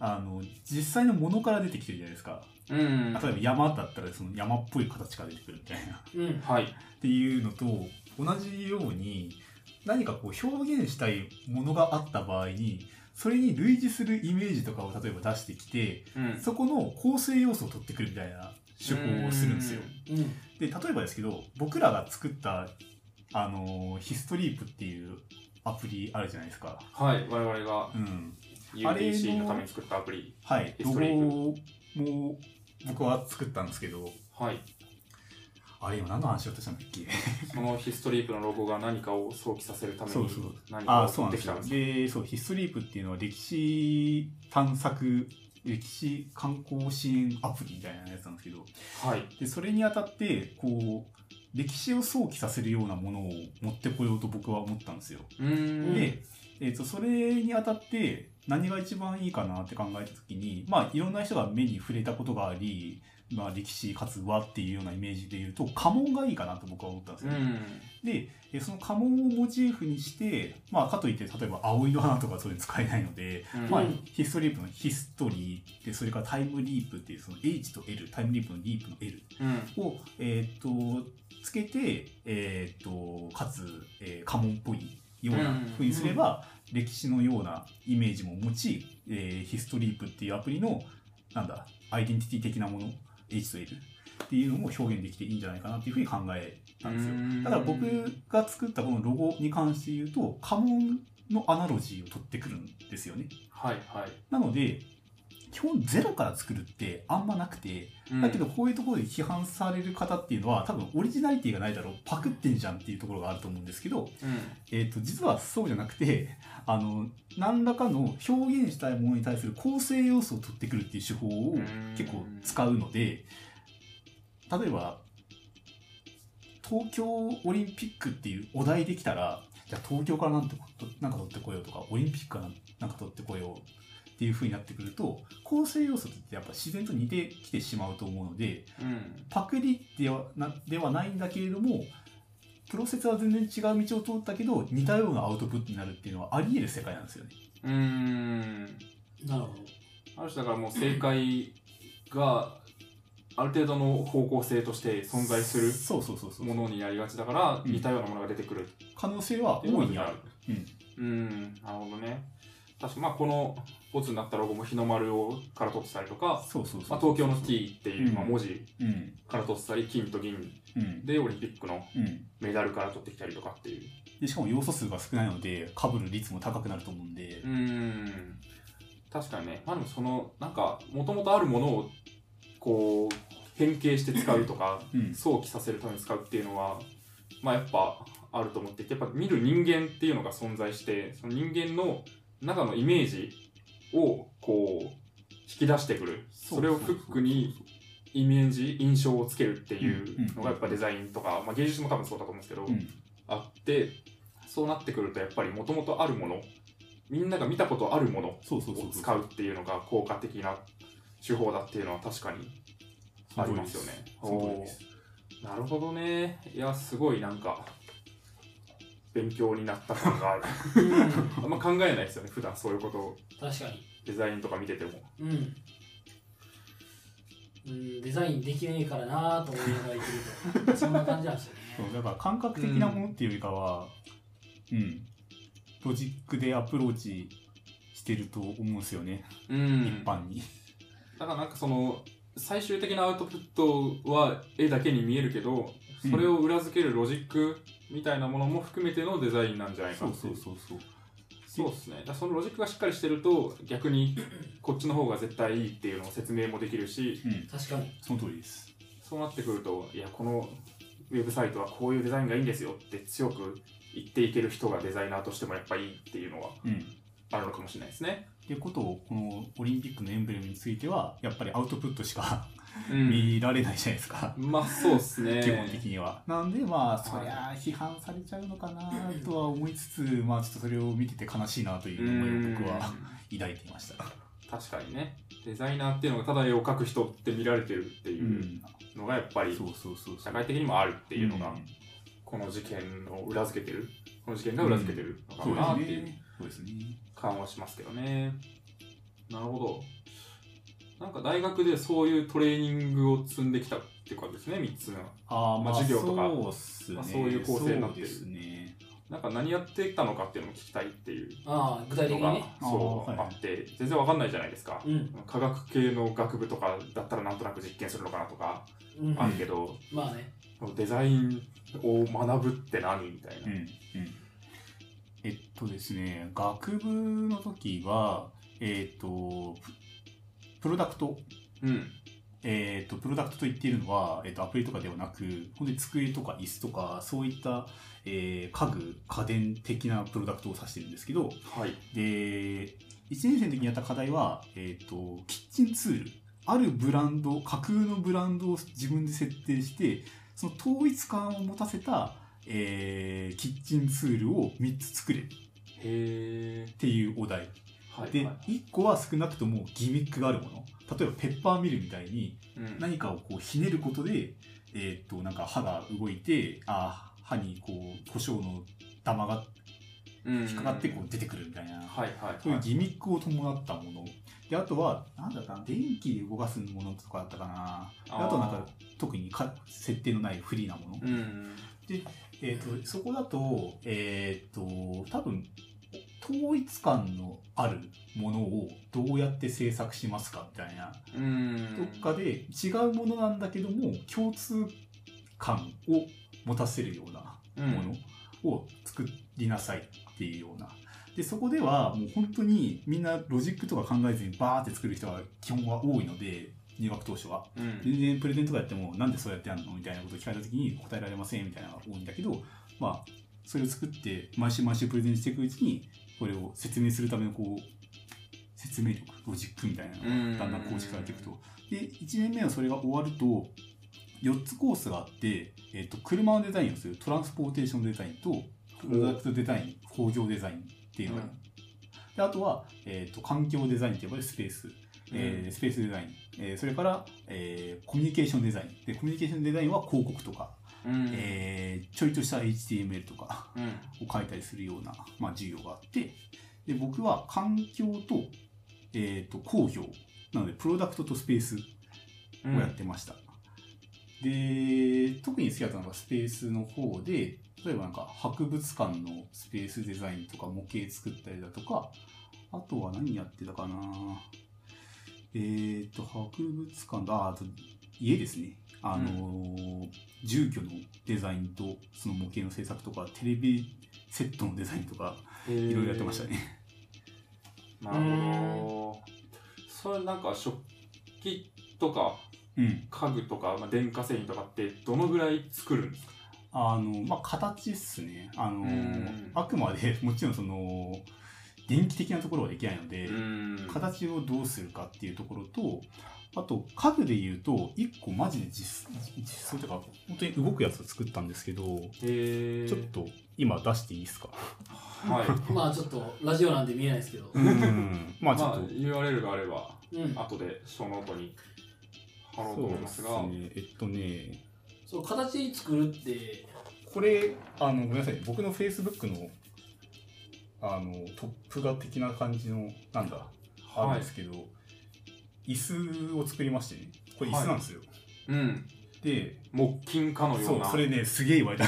Speaker 3: あの、実際のものから出てきてるじゃないですか。
Speaker 2: うん
Speaker 3: 例えば山だったら、その山っぽい形から出てくるみたいな。っ
Speaker 1: うん、
Speaker 2: はい
Speaker 3: ていうのと、同じように、何かこう表現したいものがあった場合に、それに類似するイメージとかを例えば出してきて、
Speaker 2: うん
Speaker 3: そこの構成要素を取ってくるみたいな手法をするんですよ。
Speaker 1: うん、
Speaker 3: で例えばですけど僕らが作ったあのーヒストリープっていうアプリあるじゃないですか、
Speaker 2: はい我々が
Speaker 3: うん、あれの
Speaker 2: UDC のために作ったアプリ
Speaker 3: はい
Speaker 2: ヒ
Speaker 3: ロ
Speaker 2: ストリー
Speaker 3: ゴも僕は作ったんですけど
Speaker 2: はい
Speaker 3: あれ今何の話をしたんだっけ
Speaker 2: そのヒストリープのロゴが何かを想起させるため
Speaker 3: そ
Speaker 2: に
Speaker 3: うそう
Speaker 2: 何か
Speaker 3: あ
Speaker 2: を
Speaker 3: そう
Speaker 2: 取
Speaker 3: な
Speaker 2: っ
Speaker 3: ん
Speaker 2: て
Speaker 3: で
Speaker 2: き
Speaker 3: す
Speaker 2: たんですか
Speaker 3: よでそうヒストリープっていうのは歴史探索歴史観光支援アプリみたいなやつなんですけど
Speaker 2: はい
Speaker 3: でそれにあたってこう歴史を想起させるようなものを持ってこようと僕は思ったんですよ
Speaker 2: うーん
Speaker 3: で、えー、とそれにあたって何が一番いいかなって考えた時に、まあ、いろんな人が目に触れたことがあり、まあ、歴史かつ和っていうようなイメージで言うと家紋がいいかなと僕は思ったんです
Speaker 2: う
Speaker 3: よ、ね
Speaker 2: ん
Speaker 3: でえーその家紋をモチーフにして、まあ、かといって例えば葵の花とかそういうの使えないので、
Speaker 2: うん
Speaker 3: まあ
Speaker 1: うん、
Speaker 3: ヒストリープのヒストリーでそれからタイムリープっていうその H と L タイムリープのリープの L
Speaker 2: うん
Speaker 3: を、えーっとつけて、えーっとかつ、えー家紋っぽいようなふうにすれば、歴史のようなイメージも持ち、えーヒストリープっていうアプリのなんだアイデンティティ的なもの H と L っていうのも表現できていいんじゃないかなっていうふうに考えたんですよ。だから僕が作ったこのロゴに関して言うと家紋のアナロジーを取ってくるんですよね。
Speaker 2: はいはい
Speaker 3: なので基本ゼロから作るってあんまなくて、
Speaker 2: うん
Speaker 3: だけどこういうところで批判される方っていうのは多分オリジナリティがないだろうパクってんじゃんっていうところがあると思うんですけど、
Speaker 2: うん
Speaker 3: えー、と実はそうじゃなくてあの何らかの表現したいものに対する構成要素を取ってくるっていう手法を結構使うので例えば東京オリンピックっていうお題できたらじゃあ東京からなんとなんか取ってこようとかオリンピックからなんか取ってこようっていう風になってくると構成要素ってやっぱ自然と似てきてしまうと思うので
Speaker 2: うん
Speaker 3: パクリではなではないんだけれどもプロセスは全然違う道を通ったけど似たようなアウトプットになるっていうのはあり得る世界なんですよね。
Speaker 2: うん
Speaker 1: なるほど。
Speaker 2: ある種だからもう正解がある程度の方向性として存在する
Speaker 3: そうそうそうそう
Speaker 2: ものになりがちだから
Speaker 3: うん
Speaker 2: 似たようなものが出てくるっ
Speaker 3: 可能性は
Speaker 2: ていうの
Speaker 3: 大
Speaker 2: が
Speaker 3: いにある。うん
Speaker 2: うんなるほどね確かまあこのボツになったロゴも日の丸をから取ってたりとか、
Speaker 3: そうそうそう。
Speaker 2: まあ、東京の T っていう、
Speaker 3: うん
Speaker 2: まあ、文字
Speaker 3: うん
Speaker 2: から取ってたり金と銀
Speaker 3: うん
Speaker 2: でオリンピックの
Speaker 3: うん
Speaker 2: メダルから取ってきたりとかっていう
Speaker 3: でしかも要素数が少ないので被る率も高くなると思うんで
Speaker 2: う、ーん確かにねまあでもそのなんかもともとあるものをこう変形して使うとか
Speaker 3: うん、
Speaker 2: 想起させるために使うっていうのはまあやっぱあると思っていてやっぱ見る人間っていうのが存在してその人間の中のイメージをこう引き出してくるそれをフックにイメージ印象をつけるっていうのがやっぱデザインとか、まあ、芸術も多分そうだと思うんですけど、
Speaker 3: うん
Speaker 2: あってそうなってくるとやっぱりもともとあるものみんなが見たことあるものを
Speaker 3: そうそうそうそう
Speaker 2: 使うっていうのが効果的な手法だっていうのは確かにありますよね。
Speaker 3: その通りです
Speaker 2: おーなるほどねいやすごいなんか勉強になった感がある
Speaker 1: うん、
Speaker 2: あんま考えないですよね普段そういうことを
Speaker 1: 確かに。
Speaker 2: デザインとか見てても
Speaker 1: うん。うん、デザインできねえからなーと思いながら言って ると。そんな感じなんですよ
Speaker 3: そう
Speaker 1: ね。
Speaker 3: だから感覚的なものっていうよりかは、うんロジックでアプローチしてると思うんですよね、
Speaker 2: うん
Speaker 3: 一般に。
Speaker 2: だからなんかその最終的なアウトプットは絵だけに見えるけどそれを裏付けるロジックみたいなものも含めてのデザインなんじゃないか
Speaker 3: そ
Speaker 2: っ
Speaker 3: う
Speaker 2: て
Speaker 3: そ
Speaker 2: いう
Speaker 3: そうそう。
Speaker 2: そうですねだからそのロジックがしっかりしてると逆にこっちの方が絶対いいっていうのを説明もできるし
Speaker 3: うん、
Speaker 1: 確かに。
Speaker 3: その通りです。
Speaker 2: そうなってくるといやこのウェブサイトはこういうデザインがいいんですよって強く言っていける人がデザイナーとしてもやっぱいいっていうのは
Speaker 3: うん
Speaker 2: あるのかもしれないですね。
Speaker 3: ってことをこのオリンピックのエンブレムについてはやっぱりアウトプットしか
Speaker 2: うん、
Speaker 3: 見られないじゃないですか、
Speaker 2: まあそうですね。
Speaker 3: 基本的には。なんでまあそ
Speaker 2: はい
Speaker 3: りゃあ批判されちゃうのかなとは思いつつまあちょっとそれを見てて悲しいなという思いを僕は
Speaker 2: うん
Speaker 3: 抱いていました。
Speaker 2: 確かにねデザイナーっていうのがただ絵を描く人って見られてるって
Speaker 3: う、
Speaker 2: いうんのがやっぱり
Speaker 3: そうそうそうそ
Speaker 2: 社
Speaker 3: う。
Speaker 2: 会的にもあるっていうのが
Speaker 3: ん
Speaker 2: この事件を裏付けてるこの事件が裏付けてるのか
Speaker 3: そうで
Speaker 2: な
Speaker 3: す
Speaker 2: っていう
Speaker 3: ね。そうですね。
Speaker 2: 感はしますけどねなるほどなんか大学でそういうトレーニングを積んできたっていう感じですね3つの
Speaker 3: あー
Speaker 2: まあ授業とか
Speaker 3: そうっすね、
Speaker 2: まあそういう構成になってる
Speaker 3: そうですね。
Speaker 2: なんか何やってたのかっていうのも聞きたいっていう
Speaker 1: ああ、具体的
Speaker 2: のが
Speaker 1: にね。
Speaker 2: そう
Speaker 3: あーはい
Speaker 2: あって全然わかんないじゃないですか
Speaker 1: うん。
Speaker 2: 科学系の学部とかだったらなんとなく実験するのかなとか
Speaker 1: うん。
Speaker 2: あるけど、
Speaker 1: まあね。
Speaker 2: デザインを学ぶって何みたいな
Speaker 3: うんうん、えっとですね学部の時はえっとププロダクト
Speaker 2: うん
Speaker 3: えっとプロダクトと言っているのは、えっとアプリとかではなく本当に机とか椅子とかそういった、えー家具家電的なプロダクトを指してるんですけど
Speaker 2: はい
Speaker 3: で1年生の時にやった課題は、えっとキッチンツールあるブランド架空のブランドを自分で設定してその統一感を持たせた、えーキッチンツールを3つ作れっ
Speaker 2: へえ
Speaker 3: ていうお題
Speaker 2: はい
Speaker 3: で
Speaker 2: はい
Speaker 3: 1個は少なくともギミックがあるもの例えばペッパーミルみたいに
Speaker 2: うん
Speaker 3: 何かをこうひねることで、えーっとなんか歯が動いてあー歯にこう胡椒の玉が引っかかってこう出てくるみたいな、
Speaker 2: はいはい
Speaker 3: そうい
Speaker 2: は
Speaker 3: う
Speaker 2: い
Speaker 3: ギミックを伴ったものであとはなんだったかな電気で動かすものとかだったかなであとはなんか特にか設定のないフリーなもの、
Speaker 2: うん
Speaker 3: えー、とそこだと,、えー、と多分統一感のあるものをどうやって制作しますかみたいな、
Speaker 2: うん
Speaker 3: どっかで違うものなんだけども共通感を持たせるような
Speaker 2: うん
Speaker 3: ものを作りなさいっていうようなでそこではもう本当にみんなロジックとか考えずにバーって作る人が基本は多いので入学当初は
Speaker 2: うん
Speaker 3: 全然プレゼントとかやってもなんでそうやってやるのみたいなことを聞かれた時に答えられませんみたいなのが多いんだけどまあそれを作って毎週毎週プレゼンしていくうちにこれを説明するためのこう説明力ロジックみたいなのが
Speaker 2: うん
Speaker 3: だんだん構築されていくとで1年目はそれが終わると4つコースがあって、えっと車のデザインをするトランスポーテーションデザインとプロダクトデザイン工業デザインっていうのがあるであとは、えっと環境デザインって呼ばれるスペースえースペースデザイン、えーそれから、えーコミュニケーションデザインでコミュニケーションデザインは広告とか、
Speaker 2: うん
Speaker 3: えーちょいとした HTML とか
Speaker 2: うん
Speaker 3: を書いたりするような、まあ、授業があってで僕は環境と,、えー、と工業なのでプロダクトとスペース
Speaker 2: う
Speaker 3: を
Speaker 2: ん
Speaker 3: やってました、で特に好きだったのがスペースの方で例えばなんか博物館のスペースデザインとか模型作ったりだとかあとは何やってたかなえっ、と博物館だああと家ですねあのー住居のデザインとその模型の制作とかテレビセットのデザインとかいろいろやってましたね、
Speaker 2: なるほどそれなんか食器とか
Speaker 3: うん
Speaker 2: 家具とか、まあ、電化製品とかってどのぐらい作るんですか
Speaker 3: あの、まあ、形っすね。あの
Speaker 2: うん、
Speaker 3: あくまで、もちろんその、電気的なところはできないので、
Speaker 2: ん
Speaker 3: 形をどうするかっていうところと、あと、家具で言うと、一個マジで実、実装というか、本当に動くやつを作ったんですけど、
Speaker 2: へえ
Speaker 3: ちょっと、今出していいですか
Speaker 2: はい
Speaker 1: まあちょっとラジオなんで見えないですけど、
Speaker 3: うん。 まあ、ちょっ
Speaker 2: ま
Speaker 3: と
Speaker 2: あ、URL があれば
Speaker 1: うん、
Speaker 2: 後で書ノートに貼ろうと
Speaker 3: そう
Speaker 2: 思い
Speaker 3: で
Speaker 2: ますす
Speaker 3: ね
Speaker 2: が。
Speaker 3: えっとね、
Speaker 1: そう形作るって
Speaker 3: これあのごめんなさい僕の Facebook のあのトップ画的な感じのなんだ
Speaker 2: い
Speaker 3: あるんですけど、椅子を作りましてねこれ椅子なんですよ、
Speaker 2: うん
Speaker 3: で
Speaker 2: 木琴かのよ
Speaker 3: そうう
Speaker 2: な
Speaker 3: それねすげえ言われた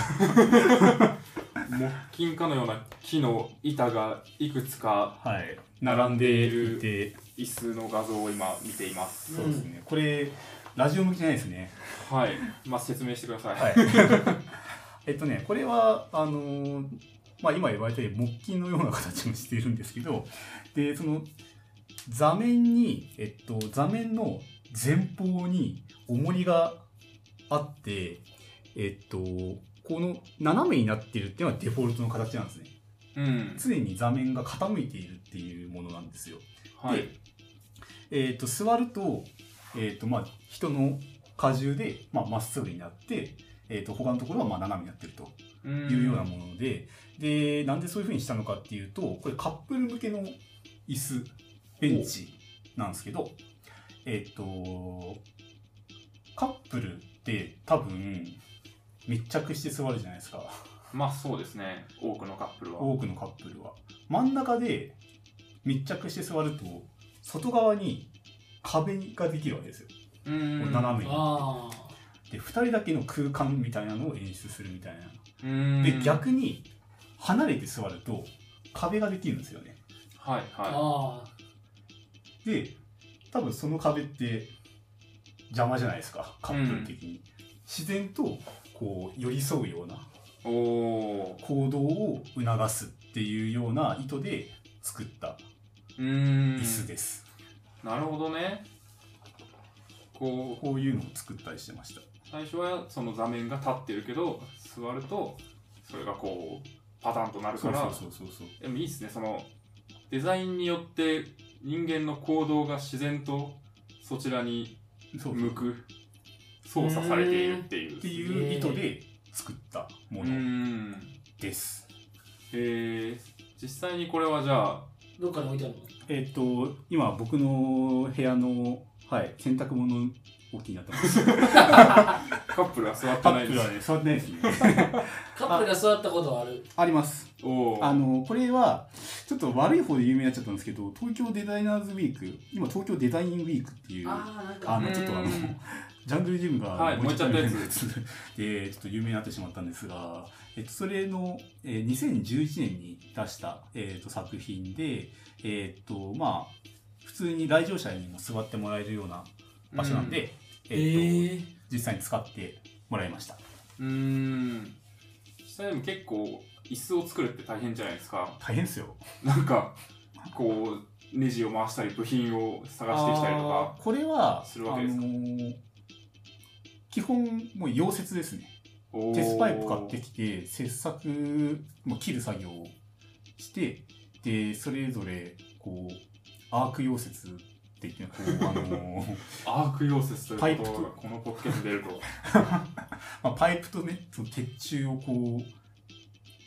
Speaker 2: 木琴かのような木の板がいくつか
Speaker 3: はい 並んでいて
Speaker 2: 椅子の画像を今見ています
Speaker 3: そうですね、これラジオ向きじゃないですね
Speaker 2: はいまあ説明してください、
Speaker 3: はい えっとねこれはあのーまあ今言われたように木琴のような形をしているんですけどでその座面に、えっと、座面の前方に重りがあってえっとこの斜めになっているっていうのはデフォルトの形なんですね
Speaker 2: うん
Speaker 3: 常に座面が傾いているっていうものなんですよ
Speaker 2: はい
Speaker 3: でえー、と座ると,、えーとまあ、人の荷重でまあ、まっすぐになって、えー、と他のところはまあ斜めになってると
Speaker 2: うん
Speaker 3: いうようなもので,、でなんでそういうふうにしたのかっていうとこれカップル向けの椅子ベンチなんですけど、えー、とカップルって多分密着して座るじゃないですか
Speaker 2: まあそうですね多くのカップルは
Speaker 3: 多くのカップルは真ん中で密着して座ると外側に壁ができるわけですよ
Speaker 2: うん
Speaker 3: 斜めに
Speaker 1: あ
Speaker 3: で2人だけの空間みたいなのを演出するみたいな
Speaker 2: うん
Speaker 3: で逆に離れて座ると壁ができるんですよね
Speaker 2: はい
Speaker 1: あ
Speaker 2: は
Speaker 1: あ
Speaker 3: で多分その壁って邪魔じゃないですかカップル的に、自然とこう寄り添うようない
Speaker 2: おお
Speaker 3: 行動を促すっていうような意図で作った
Speaker 2: うん
Speaker 3: 椅子です、
Speaker 2: なるほどねこう
Speaker 3: こういうのを作ったりしてました
Speaker 2: 最初はその座面が立ってるけど座るとそれがこうパターンとなる
Speaker 3: そ
Speaker 2: か
Speaker 3: うそ
Speaker 2: ら
Speaker 3: うそうそうそう
Speaker 2: でもいいっすねそのデザインによって人間の行動が自然とそちらに
Speaker 3: そう
Speaker 2: 向く操作されているっていう
Speaker 3: っていう意図で作ったも
Speaker 2: う
Speaker 3: の
Speaker 2: ん
Speaker 3: です、
Speaker 2: へえ実際にこれはじゃあ
Speaker 1: どっかに置いてあるの
Speaker 3: えっ、と今僕の部屋の、はい、洗濯物置きになってます
Speaker 2: カップルは座って
Speaker 3: カ
Speaker 2: な
Speaker 3: ッ
Speaker 2: い
Speaker 3: プ
Speaker 2: んで
Speaker 3: ルは
Speaker 2: す
Speaker 3: ね座ってないですね
Speaker 1: カップルが座ったことはある
Speaker 3: あります
Speaker 2: おお
Speaker 3: あのこれはちょっと悪い方で有名になっちゃったんですけど東京デザイナーズウィーク今東京デザインウィークっていう
Speaker 1: ああなん
Speaker 3: あ
Speaker 1: か
Speaker 3: のちょっとあのジャングルジム
Speaker 2: は
Speaker 3: が
Speaker 2: い燃えちゃったやつ
Speaker 3: 燃えちゃったやつ でちょっと有名になってしまったんですが、えっと、それの、えー2011年に出した、えっと、作品で、えっとまあ、普通に来場者にも座ってもらえるような場所なんで、
Speaker 1: え
Speaker 3: えっと
Speaker 1: ー
Speaker 3: 実際に使ってもらいました。
Speaker 2: うんうん実際でも結構椅子を作るって大変じゃないですか。
Speaker 3: 大変ですよ。
Speaker 2: なんか、こう、ネジを回したり、部品を探してきたりとか。
Speaker 3: これは、
Speaker 2: するわけですか
Speaker 3: あのー基本、もう溶接ですね。
Speaker 2: おー
Speaker 3: 鉄パイプ買ってきて、切削、もう切る作業をして、で、それぞれ、こう、アーク溶接って言って、こう、あの ー
Speaker 2: アーク溶接と
Speaker 3: パ
Speaker 2: い
Speaker 3: イ
Speaker 2: う
Speaker 3: プ
Speaker 2: 言
Speaker 3: と
Speaker 2: 葉がこのポッケに出ると。
Speaker 3: まあ、パイプとね、その鉄柱をこう、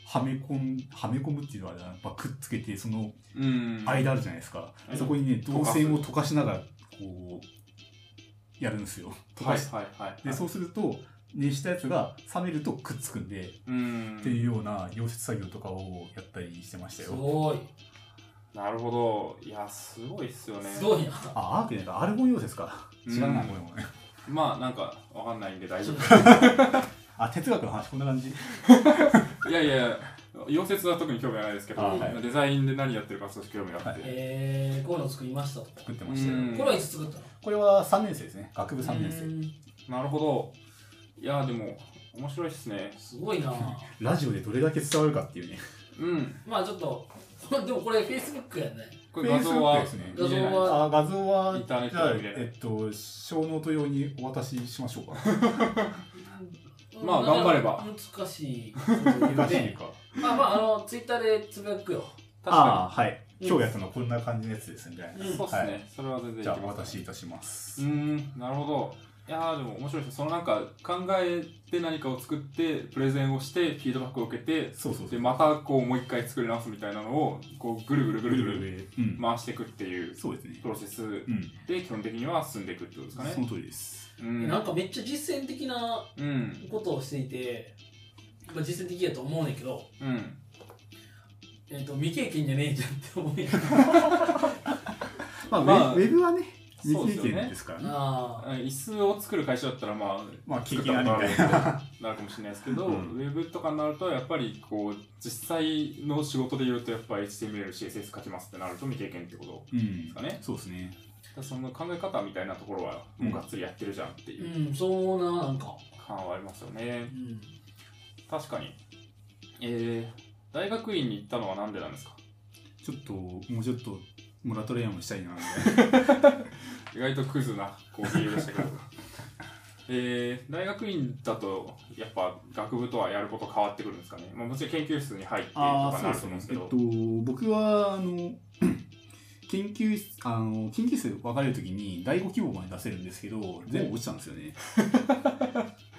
Speaker 3: はめ込ん、はめ込むっていうのは、やっぱくっつけて、その
Speaker 2: うん。
Speaker 3: 間あるじゃないですか。
Speaker 2: うん
Speaker 3: そこにね、
Speaker 2: 溶
Speaker 3: 導
Speaker 2: かす
Speaker 3: 線を溶かしながら、こう、やるんですよ。溶
Speaker 2: は
Speaker 3: か
Speaker 2: い
Speaker 3: し
Speaker 2: はいはい。。
Speaker 3: で、そううすると、熱したやつが冷めるとくっつくんで、
Speaker 2: うん。
Speaker 3: っていうような溶接作業とかをやったりしてました
Speaker 1: す
Speaker 3: よ。
Speaker 1: ごい。
Speaker 2: なるほど。いや、すごいっすよね。
Speaker 1: すごいな。
Speaker 3: あ、アークじゃないか、アルゴン溶接か。
Speaker 2: うん
Speaker 3: 違うな、これもね。
Speaker 2: まあ、なんか、わかんないんで大丈夫。
Speaker 3: あ、哲学の話、こんな感じ。
Speaker 2: いやいやいや、溶接は特に興味はないですけど、
Speaker 3: あはい
Speaker 2: デザインで何やってるか少し興味があって。
Speaker 1: えー、こういうのを作りましたと。
Speaker 3: 作ってました
Speaker 2: うん
Speaker 3: よ。
Speaker 1: これはいつ作ったの
Speaker 3: これは3年生ですね。学部3年生。
Speaker 1: 生。
Speaker 2: なるほど。いや、でも、面白いっすね。
Speaker 1: すごいな。
Speaker 3: ラジオでどれだけ伝わるかっていうね。
Speaker 2: うん。
Speaker 1: まあちょっと、 これでもこれ Facebook やね。
Speaker 2: これ画像は
Speaker 3: Facebook ですね
Speaker 2: 見れない
Speaker 1: 画像は
Speaker 3: あ、画像は、
Speaker 2: インターネッ
Speaker 3: じ
Speaker 2: ト
Speaker 3: ゃあ
Speaker 2: で見れない
Speaker 3: えっと、小ノート用にお渡ししま しょうか。
Speaker 2: まあ
Speaker 1: なんか
Speaker 2: 頑張れば
Speaker 1: 難しいこと言うね。
Speaker 3: か。
Speaker 1: まあまあ、あの、Twitter でつぶやくよ。
Speaker 2: 確
Speaker 3: あ
Speaker 2: か
Speaker 3: あ、はい。
Speaker 1: うん
Speaker 3: 今日やったのはこんな感じのやつですね。みたいな
Speaker 1: あ
Speaker 2: に。そうっすね。
Speaker 3: はい
Speaker 2: それは全然い
Speaker 3: じゃあ、
Speaker 2: け
Speaker 3: お
Speaker 2: ま
Speaker 3: 渡
Speaker 2: す、
Speaker 3: しいたしま
Speaker 2: う
Speaker 3: す
Speaker 2: ー。ん、なるほど。いやーでも面白いですそのなんか考えて何かを作ってプレゼンをしてフィードバックを受けて
Speaker 3: そうそうそ
Speaker 2: で
Speaker 3: う。
Speaker 2: またこうもう一回作り直すみたいなのをこうぐるぐるぐ
Speaker 3: ぐ
Speaker 2: る
Speaker 3: る
Speaker 2: ぐ
Speaker 3: ぐ
Speaker 2: る
Speaker 3: るぐる。うん。
Speaker 2: 回していくっていう
Speaker 3: そうですね
Speaker 2: プ。ロセス
Speaker 3: うん。
Speaker 2: で基本的には進んでいくってことです
Speaker 3: そ
Speaker 2: か
Speaker 3: の
Speaker 2: ね。
Speaker 3: 通りです。
Speaker 2: うん
Speaker 1: なんかめっちゃ実践的な
Speaker 2: うん
Speaker 1: ことをしていて、まあ、実践的やと思うねんけど、
Speaker 2: うん
Speaker 1: えー、と未経験じゃねえじゃんって思うねんけど
Speaker 3: まあ、
Speaker 2: まあ
Speaker 3: ウェブウェブはね、
Speaker 2: そうです
Speaker 3: 未
Speaker 2: よね
Speaker 3: 経験ですからね。
Speaker 1: ああ
Speaker 2: 椅子を作る会社だったらまあ
Speaker 3: まあ、経
Speaker 2: 作った
Speaker 3: 験あるみたい
Speaker 2: こと
Speaker 3: な。
Speaker 2: あるなるかもしれないですけど、
Speaker 3: うん
Speaker 2: ウェブとかになるとやっぱりこう実際の仕事で言うとやっぱ HTML、CSS 書きますってなると未経験ってこと
Speaker 3: うん
Speaker 2: かね
Speaker 3: そうですね。
Speaker 2: だからその考え方みたいなところは
Speaker 3: うん
Speaker 2: もうがっつりやってるじゃんっていう
Speaker 1: うんそうななんか、
Speaker 2: 感はありますよね、
Speaker 1: うん、
Speaker 2: 確かにえー、大学院に行ったのはなんでなんですか
Speaker 3: ちょっと、もうちょっと、モラトリアムしたいな。
Speaker 2: 意外とクズなこう理由でしたけど えー、大学院だとやっぱ学部とはやること変わってくるんですかね、まあ、もちろん研究室に入ってと
Speaker 3: あ
Speaker 2: か
Speaker 3: あ、
Speaker 2: な
Speaker 3: そう
Speaker 2: る
Speaker 3: で
Speaker 2: と
Speaker 3: す
Speaker 2: 思うん
Speaker 3: ね
Speaker 2: です。けど
Speaker 3: えっと、僕は、あの、 研究室、あの、研究室分かれるときに、第5希望まで出せるんですけど、全部落ちたんです よね。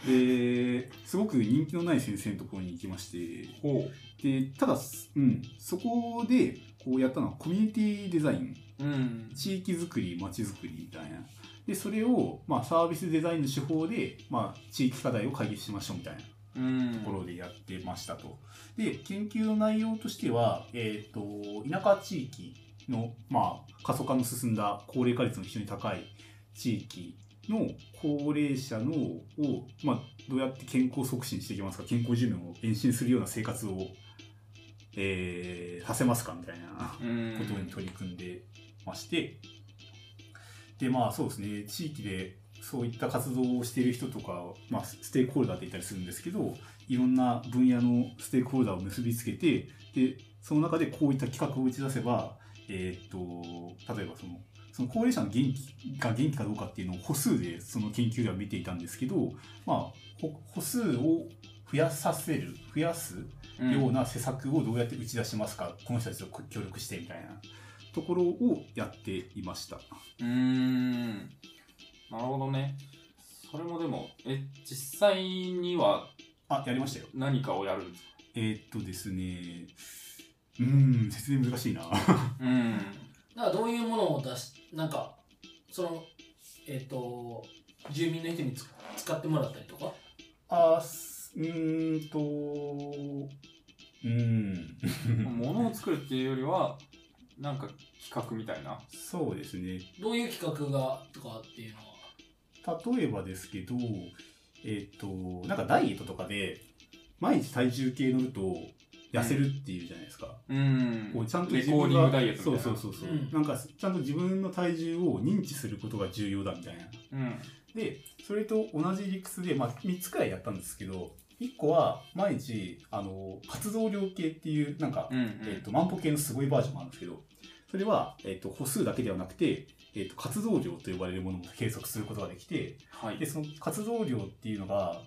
Speaker 3: で、すごく人気のない先生のところに行きまして、
Speaker 2: ほ
Speaker 3: で、ただ、うん、そこで、こうやったのはコミュニティデザイン。
Speaker 2: ううん
Speaker 3: 地域づくり、街づくりみたいな。で、それを、まあ、サービスデザインの手法で、まあ、地域課題を解決しましょうみたいなと
Speaker 2: うん
Speaker 3: ころでやってましたと。で、研究の内容としては、えっ、と、田舎地域の、まあ、過疎化の進んだ高齢化率の非常に高い地域の高齢者のを、まあ、どうやって健康促進していきますか、健康寿命を延伸するような生活を、えー、させますかみたいな。
Speaker 2: うん
Speaker 3: ことに取り組んでまして、でまあそうですね地域でそういった活動をしている人とか、まあ、ステークホルダーって言ったりするんですけどいろんな分野のステークホルダーを結びつけてでその中でこういった企画を打ち出せば、えーっと例えばそのその高齢者の元気が元気かどうかっていうのを歩数でその研究では見ていたんですけど、まあ、ほ歩数を増やさせる増やす
Speaker 2: うん
Speaker 3: ような施策をどうやって打ち出しますか、この人たちと協力してみたいなところをやっていました。
Speaker 2: うーんなるほどねそれもでもえ実際には
Speaker 3: あ、やりましたよ。
Speaker 2: 何かをやるんですか
Speaker 3: えーっとですね、うーん、説明難しいな。
Speaker 2: うん
Speaker 1: なんかどういうものを出しなんかそのえっ、と住民の人につ使ってもらったりとか
Speaker 3: あ、すうーんと、うーん、
Speaker 2: 物を作るっていうよりはなんか企画みたいな
Speaker 3: そうですね。
Speaker 1: どういう企画がとかっていうのは
Speaker 3: 例えばですけど、えっ、と、なんかダイエットとかで、毎日体重計乗ると痩せるっていうじゃないですか。
Speaker 2: うん
Speaker 3: こうちゃんと
Speaker 2: レ
Speaker 3: 自
Speaker 2: コー
Speaker 3: 分
Speaker 2: ディン
Speaker 3: が
Speaker 2: グダイエット
Speaker 3: そ
Speaker 2: み
Speaker 3: う
Speaker 2: たいな
Speaker 3: そうそうそう、
Speaker 1: うん
Speaker 3: なんかちゃんと自分の体重を認知することが重要だみたいな
Speaker 2: うん
Speaker 3: でそれと同じ理屈で、まあ、3つくらいやったんですけど1個は毎日あの活動量計っていうなんか、
Speaker 2: うんうん
Speaker 3: えっと万歩計のすごいバージョンもあるんですけどそれは、えっと歩数だけではなくて、えっと活動量と呼ばれるものも計測することができて
Speaker 2: はい
Speaker 3: でその活動量っていうのが、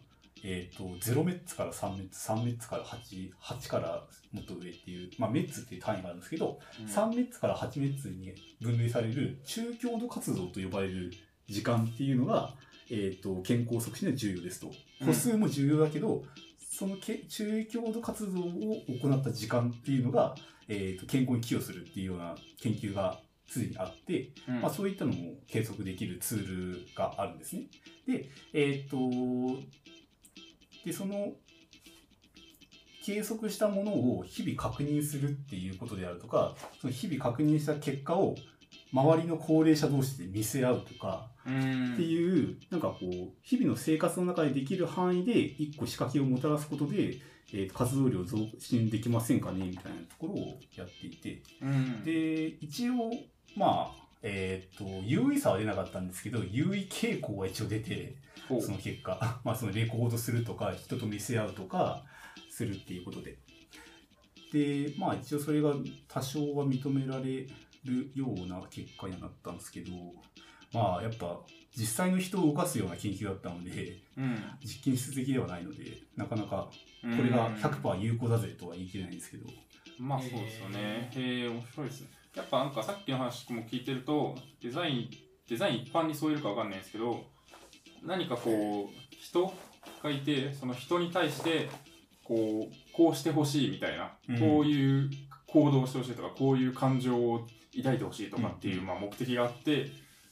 Speaker 3: えっと0メッツから3メッツ3メッツから88からもっと上っていう、まあ、メッツっていう単位があるんですけど、
Speaker 2: うん
Speaker 3: 3メッツから8メッツに分類される中強度活動と呼ばれる時間っていうのが、えー、と健康促進には重要ですと
Speaker 2: うん
Speaker 3: 歩数も重要だけど、そのけ中強度活動を行った時間っていうのが、えー、と健康に寄与するっていうような研究がすでにあって、
Speaker 2: うん
Speaker 3: まあ、そういったのも計測できるツールがあるんですね。で、えーっと、で、その、計測したものを日々確認するっていうことであるとか、その日々確認した結果を周りの高齢者同士で見せ合うとか、
Speaker 2: うん
Speaker 3: っていう、なんかこう、日々の生活の中でできる範囲で一個仕掛けをもたらすことで、えーと活動量を増進できませんかねみたいなところをやっていて、
Speaker 2: うん
Speaker 3: で一応まあえーっと優位差は出なかったんですけど優位傾向は一応出て
Speaker 2: ほう
Speaker 3: その結果 まあそのレコードするとか人と見せ合うとかするっていうことででまあ一応それが多少は認められるような結果にはなったんですけどまあやっぱ実際の人を動かすような研究だったので
Speaker 2: うん
Speaker 3: 実験室的ではないのでなかなか
Speaker 2: うん
Speaker 3: これが100%有効だぜとは言い切れないんですけど
Speaker 2: まあそうですよね。へえ、面白いですね。やっぱなんかさっきの話も聞いてると、デザイン、デザイン一般にそういうかわかんないですけど、何かこう、人がいて、その人に対して、こう、こうしてほしいみたいな、
Speaker 3: うん
Speaker 2: こういう行動をしてほしいとか、こういう感情を抱いてほしいとかっていう、
Speaker 3: うん
Speaker 2: まあ目的があって、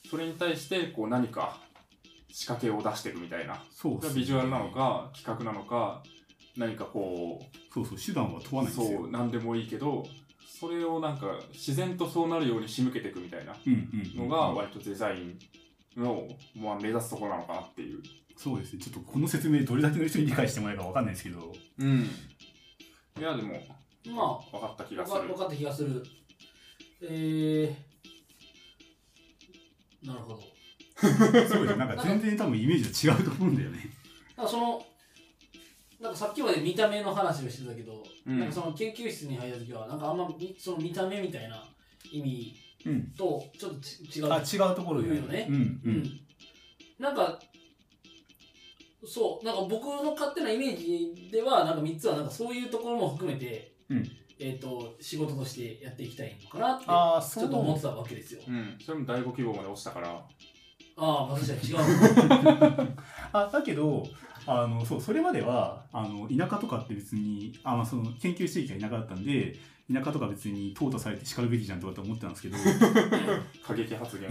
Speaker 2: それに対して、こう何か仕掛けを出してるみたいな。
Speaker 3: そう
Speaker 2: それはビジュアルなのか、企画なのか、何かこう、
Speaker 3: そうそう手段は問わないんですよ
Speaker 2: そう何でもいいけどそれをなんか自然とそうなるように仕向けていくみたいなの
Speaker 3: の
Speaker 2: が割とデザインの、まあ、目指すところなのかなっていう、
Speaker 3: そうですねちょっとこの説明どれだけの人に理解してもらえるかわかんないですけど
Speaker 2: うん、いやでも
Speaker 1: ま
Speaker 2: 分かった気が
Speaker 1: あ、わ
Speaker 2: す
Speaker 1: か
Speaker 2: る
Speaker 1: わかった気がする。えー、なるほど。
Speaker 3: そうですねなんか全然多分イメージと違うと思うんだよね
Speaker 1: なんかその、なんかさっきまで見た目の話をしてたけど、
Speaker 2: うん
Speaker 1: なんかその研究室に入った時は、なんかあんまみその見た目みたいな意味
Speaker 3: うん
Speaker 1: とちょっとち違う。
Speaker 3: あ違うところで
Speaker 1: いいよね
Speaker 3: うん
Speaker 1: う
Speaker 3: うん
Speaker 1: ん。なんか、そう、なんか僕の勝手なイメージでは、なんか3つはなんかそういうところも含めて、
Speaker 3: うん
Speaker 1: えっ、と、仕事としてやっていきたいのかなって、
Speaker 3: ああそ
Speaker 1: ちょっと思っ
Speaker 3: う
Speaker 1: てたわけですよ。
Speaker 2: うん、それも第5希望まで落ちたから
Speaker 1: ああ、まあ確かに違う。
Speaker 3: あだけどあのそうそれまではあの田舎とかって別にあ、まあ、その研究地域が田舎だったんで田舎とか別に淘汰されて叱るべきじゃんとかって思ってたんですけど
Speaker 2: 過激発言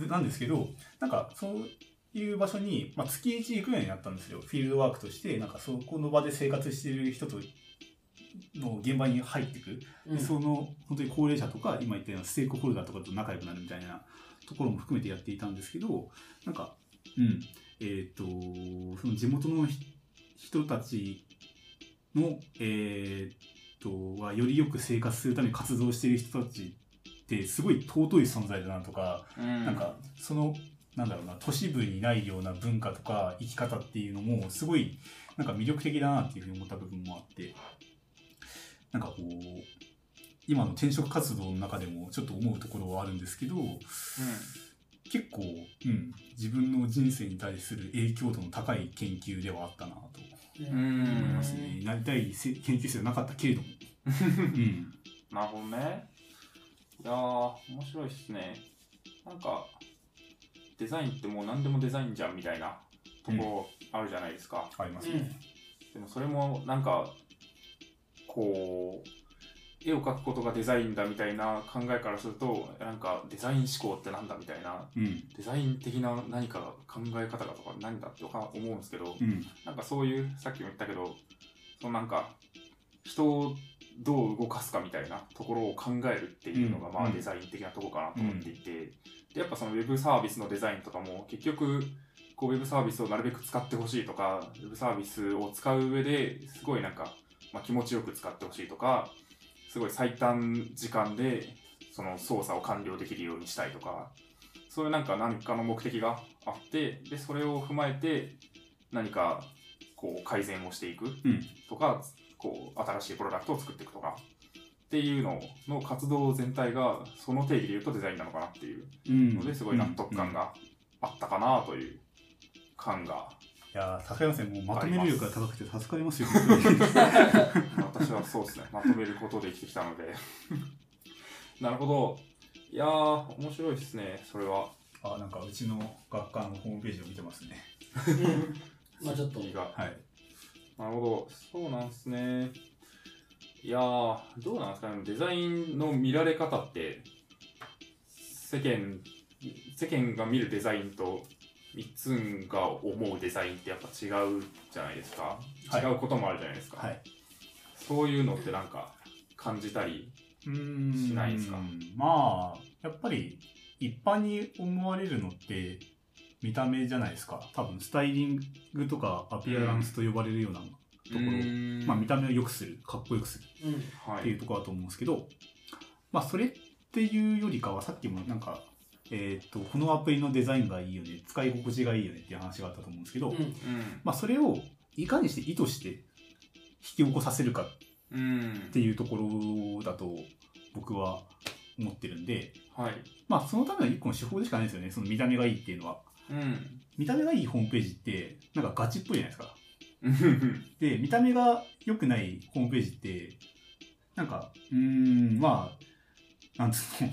Speaker 3: でなんですけどなんかそういう場所に、まあ、月1行くようになったんですよフィールドワークとしてなんかそこの場で生活してる人との現場に入っていく
Speaker 1: うん、
Speaker 3: その本当に高齢者とか今言ったようなステークホルダーとかと仲良くなるみたいなところも含めてやっていたんですけどなんかうんえっ、とその地元のひ人たちのえっ、とはよりよく生活するために活動している人たちってすごい尊い存在だなとか、
Speaker 2: うん
Speaker 3: なんかそのなんだろうな都市部にないような文化とか生き方っていうのもすごいなんか魅力的だなっていうふうに思った部分もあってなんかこう今の転職活動の中でもちょっと思うところはあるんですけど結構、うん、自分の人生に対する影響度の高い研究ではあったなと
Speaker 2: うん、うん
Speaker 3: 思いますね。なりたいせ研究生はなかったけれど も。うん、
Speaker 2: なるほどね。いやー、面白いっすね。なんか、デザインってもう何でもデザインじゃんみたいなところあるじゃないですか。
Speaker 3: ありますね。
Speaker 2: でもそれもなんか、こう、絵を描くことがデザインだみたいな考えからすると、なんかデザイン思考ってなんだみたいな、
Speaker 3: うん、
Speaker 2: デザイン的な何か考え方がとか何だって思うんですけど、
Speaker 3: うん、
Speaker 2: なんかそういう、さっきも言ったけど、そのなんか、人をどう動かすかみたいなところを考えるっていうのが、
Speaker 3: うん
Speaker 2: まあ
Speaker 3: うん
Speaker 2: デザイン的なところかなと思っていて、でやっぱそのウェブサービスのデザインとかも、結局、こうウェブサービスをなるべく使ってほしいとか、ウェブサービスを使う上ですごいなんか、まあ、気持ちよく使ってほしいとか、すごい最短時間でその操作を完了できるようにしたいとか、そういうなんか何かの目的があって、で、それを踏まえて何かこう改善をしていく
Speaker 3: うん
Speaker 2: とか、こう新しいプロダクトを作っていくとかっていうのの活動全体がその定義でいうとデザインなのかなっていう
Speaker 3: うん
Speaker 2: のですごい納得感
Speaker 3: が
Speaker 2: があったかなという感が
Speaker 3: いやー高山さんもうまとめる力が高くて助かりますよ
Speaker 2: 私はそうですね、 まとめることで生きてきたので。 なるほど。いやー、面白いですね、それは。
Speaker 3: あなんかうちの学科のホームページを見てますね
Speaker 1: まあちょっと
Speaker 2: 意味が
Speaker 3: はい
Speaker 2: なるほど、そうなんですね。いやー、どうなんですかね、デザインの見られ方って、世間、世間が見るデザインと、いつんが思うデザインってやっぱ違うじゃないですか。
Speaker 3: はい
Speaker 2: 違うこともあるじゃないですか。
Speaker 3: はい
Speaker 2: そういうのってなんか感じたり、
Speaker 3: うーん
Speaker 2: しないですか
Speaker 3: まあやっぱり一般に思われるのって見た目じゃないですか多分スタイリングとかアピアランスと呼ばれるようなところ、まあ、見た目を良くするかっこよくする
Speaker 1: うん
Speaker 2: は
Speaker 3: っていうところだと思うんですけど、まあそれっていうよりかはさっきもなんか、えー、とこのアプリのデザインがいいよね使い心地がいいよねっていう話があったと思うんですけど、
Speaker 1: うん
Speaker 2: う
Speaker 3: まあ、それをいかにして意図して引き起こさせるかっ
Speaker 2: ん。うん
Speaker 3: て。いうところだと僕は思ってるんで、
Speaker 2: はい。
Speaker 3: まあ、そのための一個の手法でしかないですよねその見た目がいいっていうのは
Speaker 2: うん。
Speaker 3: 見た目がいいホームページってなんかガチっぽいじゃないですか
Speaker 2: うん
Speaker 3: で見た目が良くないホームページってなんかうーんまあなんつうの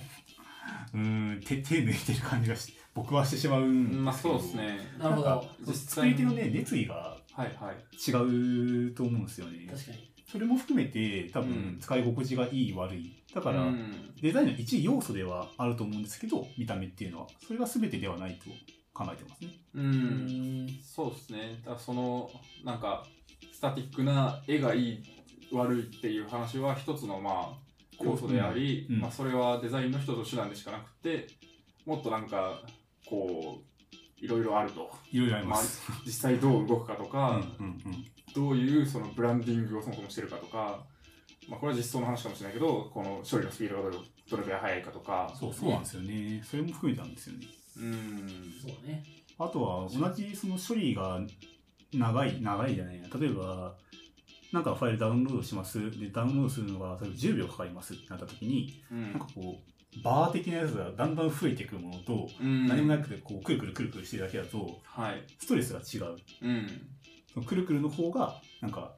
Speaker 3: うーん手手抜いてる感じがし僕はしてしまう ん
Speaker 2: まあ
Speaker 3: ですけど
Speaker 2: そうですね。
Speaker 1: なるほ
Speaker 3: なん
Speaker 1: ど
Speaker 3: か作り手のね熱意が
Speaker 2: はいはい。
Speaker 3: 違うと思うんですよね
Speaker 1: 確かに
Speaker 3: それも含めて多
Speaker 2: うん
Speaker 3: 分使い心地がいい悪いだから、
Speaker 2: うん
Speaker 3: デザインの一要素ではあると思うんですけど見た目っていうのはそれが全てではないと考えてますね
Speaker 2: う。
Speaker 1: うんん
Speaker 2: そうですね。だからその、なんか、スタティックな絵がいい、悪いっていう話は一つの、まあ、要素であり、
Speaker 3: うんうん
Speaker 2: まあ、それはデザインの一つの手段でしかなくて、もっとなんか、こう、いろいろあると。
Speaker 3: いろいろあります、
Speaker 2: 実際どう動くかとか、
Speaker 3: うんうんうん
Speaker 2: どういうそのブランディングをそもそもしてるかとか、まあ、これは実装の話かもしれないけど、この処理のスピードがどれくらい速いかとか、
Speaker 3: そうそうなんですよねそれも含めてなんですよね
Speaker 2: うん、
Speaker 1: そうね
Speaker 3: あとは同じその処理が長い長いじゃないな例えばなんかファイルダウンロードしますでダウンロードするのが例えば10秒かかりますってなった時に
Speaker 2: う
Speaker 3: なん
Speaker 2: ん
Speaker 3: かこうバー的なやつがだんだん増えていくものと、
Speaker 2: うん、
Speaker 3: 何もなくてこうくるくるくるくるしてるだけだと
Speaker 2: はい、
Speaker 3: ストレスが違う
Speaker 2: うん、
Speaker 3: そのくるくるの方がなんか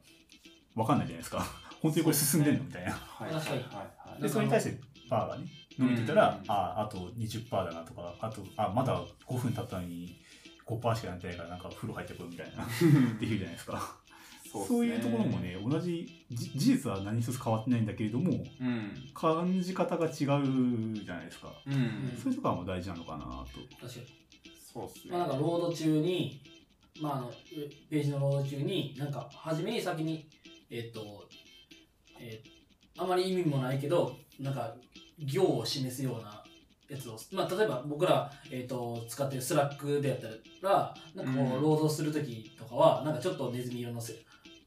Speaker 3: わかんないじゃないです か本当にこれ進んでんのみたいな
Speaker 2: はい、
Speaker 1: 確かに
Speaker 2: はい、は
Speaker 3: で
Speaker 2: い、
Speaker 3: それに対してバーがね伸びてたら、
Speaker 2: うん
Speaker 3: ああと20%だなとかあとあまだ5分経ったのに5%しかなってないからなんか風呂 入ってこいみたいなできるじゃないですかそう,、いうところも、ね同じじ事実は何一つ変わってないんだけれども
Speaker 2: そうっすうん、
Speaker 3: 感じ方が違うじゃないですか
Speaker 2: うん、
Speaker 3: そういうところも大事なのかなと
Speaker 1: 確かに
Speaker 2: そうですね
Speaker 1: まあ、なんかロード中に、まあ、あのうページのロード中になんか初めに先にえっ、と、えーあまり意味もないけどなんか行を示すようなやつを、まあ、例えば僕ら、えー、と使ってるスラックでやったらなんかこ
Speaker 2: うん
Speaker 1: うロードする時とかはなんかちょっとネズミ色のせ、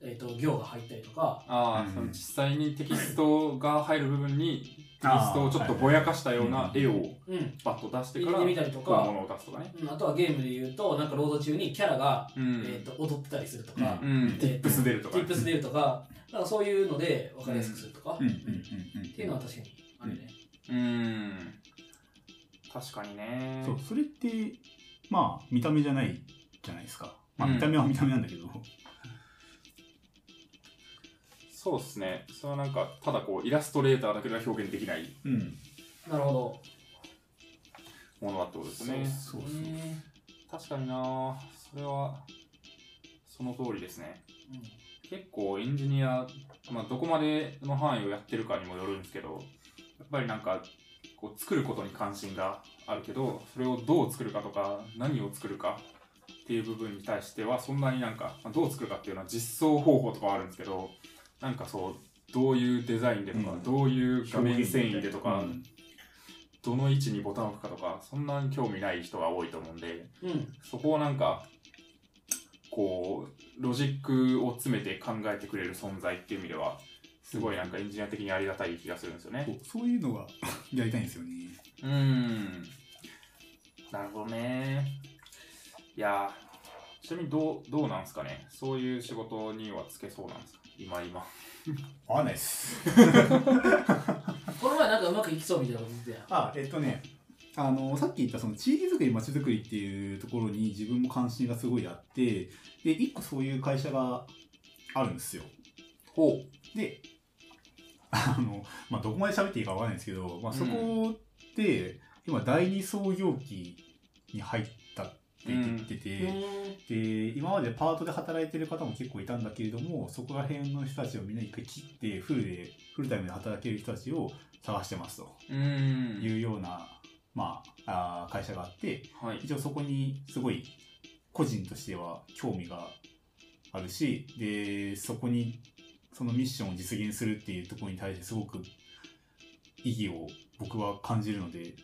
Speaker 1: えー、と行が入ったりとか
Speaker 2: ああ、
Speaker 3: うん
Speaker 2: その実際にテキストが入る部分に、テキストをちょっとぼやかしたような絵を
Speaker 1: うん
Speaker 2: バッと出して
Speaker 1: 入
Speaker 2: か
Speaker 1: れ
Speaker 2: ら、
Speaker 1: てみたりと
Speaker 2: このもの
Speaker 1: か、
Speaker 2: を出すとかね。
Speaker 1: うん、あとはゲームで言うとなんかロード中にキャラが、
Speaker 2: うん、
Speaker 1: えー、と踊ってたりするとか。
Speaker 3: う
Speaker 2: うん、ティップス出るとか、
Speaker 1: ティップス出るとか、なんかそういうので分かりやすくするとか、
Speaker 3: うん
Speaker 1: っていうのは確かにあるね。
Speaker 2: うん、確かにね。
Speaker 3: そうそれってまあ見た目じゃないじゃないですかまあ見た目は見た目なんだけど、
Speaker 2: そうですね。それはなんか、ただこう、イラストレーターだけでは表現できない
Speaker 3: うん
Speaker 1: なるほど。
Speaker 2: ものだってことですね。
Speaker 3: そうそう
Speaker 1: ね
Speaker 2: 確かになそれは、その通りですね。結構エンジニア、まあ、どこまでの範囲をやってるかにもよるんですけど、やっぱりなんか、こう、作ることに関心があるけど、それをどう作るかとか、何を作るかっていう部分に対しては、そんなになんか、まあどう作るかっていうのは実装方法とかはあるんですけど、なんかそう、どういうデザインでとか、
Speaker 3: うん
Speaker 2: どういう画面遷移でとか、
Speaker 3: うん
Speaker 2: どの位置にボタンを置くかとか、そんなに興味ない人が多いと思うんで、
Speaker 1: うん。うん。
Speaker 2: そこをなんか、こう、ロジックを詰めて考えてくれる存在っていう意味では、すごいなんかエンジニア的にありがたい気がするんですよね
Speaker 3: そ。うそういうのが やりたいんですよね
Speaker 2: うーん。なるほどね。いやー、ちなみにどう、どうなんですかねそういう仕事にはつけそうなんですか今今。
Speaker 3: わかんないです。
Speaker 1: この前なんかうまくいきそうみたいなこと言ってたやん。
Speaker 3: あ、えっとね、あの、さっき言ったその地域づくり、街づくりっていうところに自分も関心がすごいあって、で、一個そういう会社があるんですよ。
Speaker 2: ほう。
Speaker 3: で、あの、まあ、どこまで喋っていいかわかんないですけど、まあ、そこって、今、第二創業期に入ったって言ってて、
Speaker 1: うーん
Speaker 3: で今までパートで働いてる方も結構いたんだけれどもそこら辺の人たちをみんな一回切ってフルでフルタイムで働ける人たちを探してますと
Speaker 2: うーん。
Speaker 3: いうような、まあ、あー会社があって
Speaker 2: はい。
Speaker 3: 一応そこにすごい個人としては興味があるしでそこにそのミッションを実現するっていうところに対してすごく意義を僕は感じるので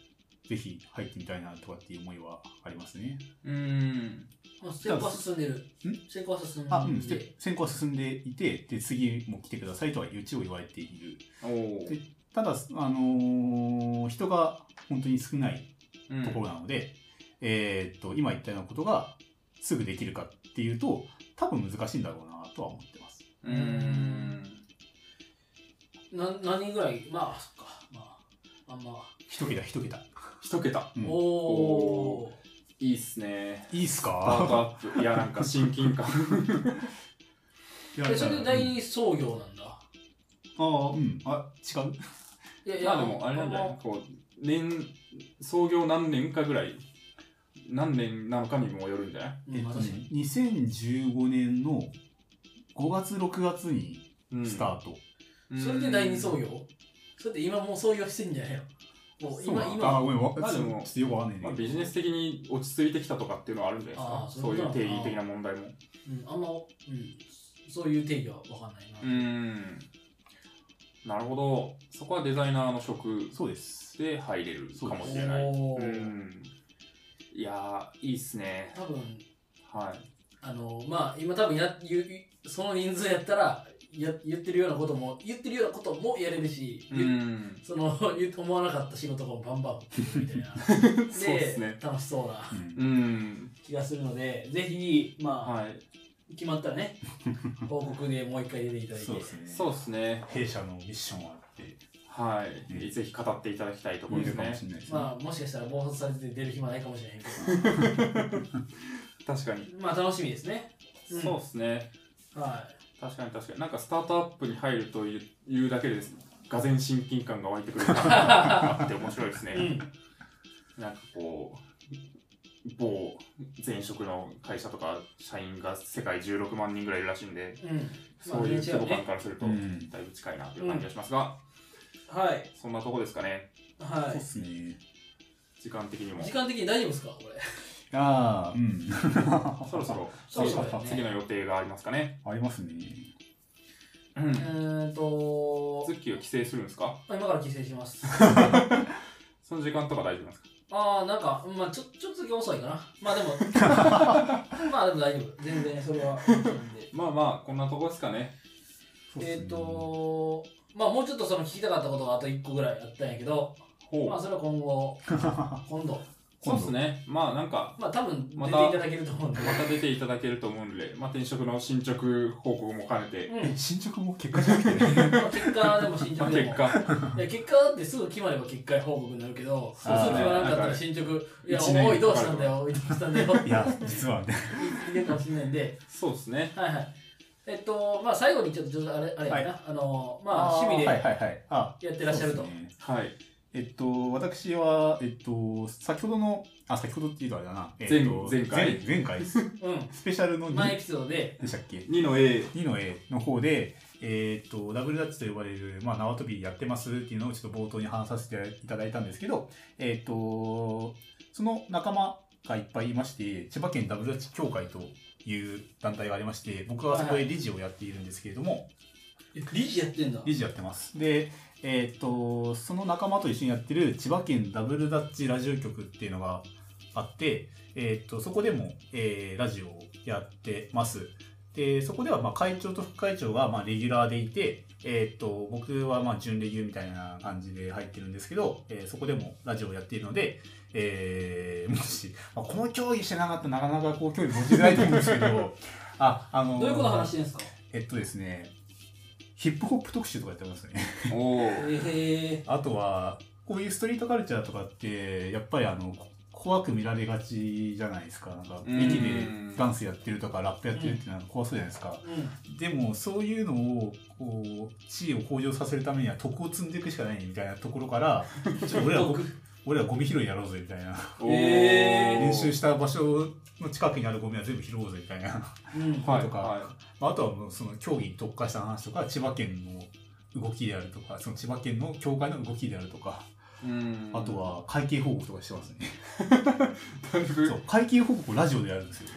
Speaker 3: ぜひ入ってみたいなとかっていう思いはありますね。
Speaker 2: うーん。
Speaker 1: あステップは進んでる。
Speaker 3: ん
Speaker 1: ステップは進んでる。
Speaker 3: あ、うん、で選考は進んでいて、で、次も来てくださいとは一応言われている。
Speaker 2: おお。
Speaker 3: でただ、あのー人が本当に少ない
Speaker 2: うん
Speaker 3: ところなので、えーっと、今言ったようなことがすぐできるかっていうと、多分難しいんだろうなとは思ってます。
Speaker 2: うーん。
Speaker 1: な何人ぐらいまあ、そっか。まあ、あんま。
Speaker 3: 一桁、一桁。
Speaker 2: 一桁。
Speaker 3: うん
Speaker 1: おお
Speaker 2: いいっすね。
Speaker 3: いいっす
Speaker 2: スター
Speaker 3: か
Speaker 2: トアップ。いや、なんか親近感。
Speaker 3: いや
Speaker 1: ー。えそれで第
Speaker 3: うん
Speaker 1: 二創業なんだ。
Speaker 3: ああ、うん。あ、違う
Speaker 1: いやい
Speaker 2: まあでも、あれなんじゃないこう、年、創業何年かぐらい、何年なのかにもよるんじゃない
Speaker 1: うん
Speaker 3: えっ
Speaker 1: まあ
Speaker 3: と
Speaker 1: 確
Speaker 3: ね
Speaker 1: かに、
Speaker 3: 2015年の5月、6月に
Speaker 2: うん
Speaker 3: スタート。
Speaker 1: それで第二創業それって今もう創業してんじゃないのもう
Speaker 3: そう
Speaker 1: 今、
Speaker 3: なんだ
Speaker 1: 今、
Speaker 3: あ、ごめん、わ
Speaker 2: まあ
Speaker 3: ち
Speaker 2: で
Speaker 3: ょ
Speaker 2: も
Speaker 3: っとよくわかんないね。
Speaker 2: まあ、ビジネス的に落ち着いてきたとかっていうのはあるんじゃないです
Speaker 1: あ
Speaker 2: か
Speaker 1: あ
Speaker 2: そういう定義的な問題も
Speaker 1: うん、あんま、うん、そういう定義はわかんないな。
Speaker 2: うーんなるほどそこはデザイナーの職
Speaker 3: そうです。
Speaker 2: で入れるかもしれない
Speaker 1: お
Speaker 2: う
Speaker 1: ー
Speaker 2: んいやーいいっすね
Speaker 1: 多分
Speaker 2: はい
Speaker 1: あのまあ今多分やゆその人数やったらや言ってるようなことも言ってるようなこともやれるし、
Speaker 2: う
Speaker 1: ゆ
Speaker 2: ん
Speaker 1: そのゆ思わなかった仕事がバンバン来るみ たいな
Speaker 2: そうっすね
Speaker 1: 楽しそうな
Speaker 3: うん
Speaker 2: うん
Speaker 1: 気がするのでぜひまあ、
Speaker 2: はい
Speaker 1: 決まった らね報告でもう一回出ていただいて
Speaker 3: そうですね。
Speaker 2: そうっすね
Speaker 3: 弊社のミッションはって
Speaker 2: は
Speaker 3: う
Speaker 2: い
Speaker 3: ん
Speaker 2: ぜひ語っていただきたいとこ
Speaker 3: 言
Speaker 2: ろ
Speaker 3: え
Speaker 2: で
Speaker 3: る
Speaker 2: すね
Speaker 3: かもしれないですね。
Speaker 1: まあもしかしたら暴殺されて出る暇ないかもしれへんけ
Speaker 2: 確かに
Speaker 1: どまあ楽しみですねうん
Speaker 2: そうっすね
Speaker 1: は
Speaker 2: 確かに確かになんかスタートアップに入るといういうだけでですがぜん親近感が湧いてくるあって面白いですね、
Speaker 1: い、うん、
Speaker 2: なんかこう、某前職の会社とか、社員が世界16万人ぐらいいるらしいんで、
Speaker 1: うん、
Speaker 2: そういう規模
Speaker 1: まあ
Speaker 2: 感からすると、
Speaker 3: うん
Speaker 2: だいぶ近いなという感じがしますが、
Speaker 1: はい
Speaker 2: そんなとこですかね、
Speaker 1: は
Speaker 3: そう
Speaker 1: い
Speaker 3: ですね。
Speaker 2: 時間的にも。
Speaker 1: 時
Speaker 2: そ
Speaker 1: 間的に大丈夫ですかこれ
Speaker 3: ああ、うん。
Speaker 2: ろそろ
Speaker 1: そう
Speaker 2: 次
Speaker 3: そう
Speaker 2: の次の予定がありますかね。
Speaker 3: ありますね。
Speaker 2: うん
Speaker 1: うーんと
Speaker 2: ズッキーは帰省するんですか
Speaker 1: 今から帰省します
Speaker 2: その時間とか大丈夫なんですか
Speaker 1: ああなんかまあちょちょっとだけ遅いかなま あでもまあでも大丈夫全然それは平気なんで
Speaker 2: まあまあ、こんなとこですかね。
Speaker 1: えっ、とまあもうちょっとその聞きたかったことがあと1個ぐらいあったんやけど
Speaker 2: ほう。
Speaker 1: まあそれは今 後今度
Speaker 2: そうですね。まあなんか、
Speaker 1: まあ多分出て
Speaker 2: ま
Speaker 1: い
Speaker 2: た
Speaker 1: ただけると思うんで、
Speaker 2: また出ていただけると思うんで、まあ転職の進捗報告も兼ねて、
Speaker 1: うん
Speaker 3: え、進捗も結果じゃなく て、
Speaker 1: まあ結果でも進
Speaker 2: まあ
Speaker 1: 捗で
Speaker 2: 結
Speaker 1: も
Speaker 2: 果、
Speaker 1: いや結果だってすぐ決まれば結果報告になるけどすぐ
Speaker 3: そうですね
Speaker 1: 決まらなかったら進捗いや
Speaker 2: 一年
Speaker 1: おいどうしたんだよおいどうしたんだよ
Speaker 3: いや、実はね。
Speaker 1: いるかもしれないんで、
Speaker 2: そうですね。
Speaker 1: はいはい。えっと、まあ最後にちょっと、ちょっとあれ、あれやな、
Speaker 3: は
Speaker 1: あの、まあ趣味
Speaker 3: はい
Speaker 1: で
Speaker 3: はいはい。あ、
Speaker 1: やってらっしゃると。
Speaker 3: そうですね
Speaker 2: はい。
Speaker 3: えっと、私は、えっと、先ほどの、あ、先ほどっていうかあれだな。えっと、
Speaker 2: 前前回
Speaker 3: 前前 回ス
Speaker 1: う
Speaker 3: ペシャルの
Speaker 1: ん。前エ
Speaker 3: 2
Speaker 1: ピソードで、
Speaker 3: でしたっけ
Speaker 2: 2の A。
Speaker 3: 2の A の方で、えーっとダブルダッチと呼ばれる、まあ、縄跳びやってますっていうのをちょっと冒頭に話させていただいたんですけど、えーっとその仲間がいっぱいいまして千葉県ダブルダッチ協会という団体がありまして僕はそこで理事をやっているんですけれども、
Speaker 1: 理事やってんだ。
Speaker 3: 理事やってますでえーっとその仲間と一緒にやってる千葉県ダブルダッチラジオ局っていうのがあって、えーっとそこでも、えーラジオをやってますでそこではまあ会長と副会長がまあレギュラーでいて、えーっと僕はまあ準レギュみたいな感じで入ってるんですけど、えーそこでもラジオをやっているので、えーもし、まあ、この競技してなかったらなかなかこう競技持ちづらいと思うんですけどああの
Speaker 1: どういうこと話してるんですか
Speaker 3: えっとですねヒップホップ特集とかやってますね
Speaker 2: おー
Speaker 1: え
Speaker 3: あとはこういうストリートカルチャーとかってやっぱりあのこ怖く見られがちじゃないですかなんか
Speaker 2: うん
Speaker 3: 駅でダンスやってるとかラップやってるっていうのは怖そうじゃないですか
Speaker 1: ー、うん
Speaker 3: でもそういうのをこう地位を向上させるためには徳を積んでいくしかないみたいなところからちょっと 俺らゴミ俺らゴミ拾いやろうぜみたいな
Speaker 2: おー
Speaker 1: えー
Speaker 3: 練習した場所の近くにあるゴミは全部拾おうぜみたいな
Speaker 1: うん
Speaker 2: はい
Speaker 3: とか
Speaker 2: は
Speaker 3: まあ、あとはもうその競技に特化した話とか千葉県の動きであるとかその千葉県の協会の動きであるとか
Speaker 2: い、うん
Speaker 3: あとは会計報告とかしてますね。
Speaker 2: だいぶ
Speaker 3: そう会計報告をラジオでやるんですよ。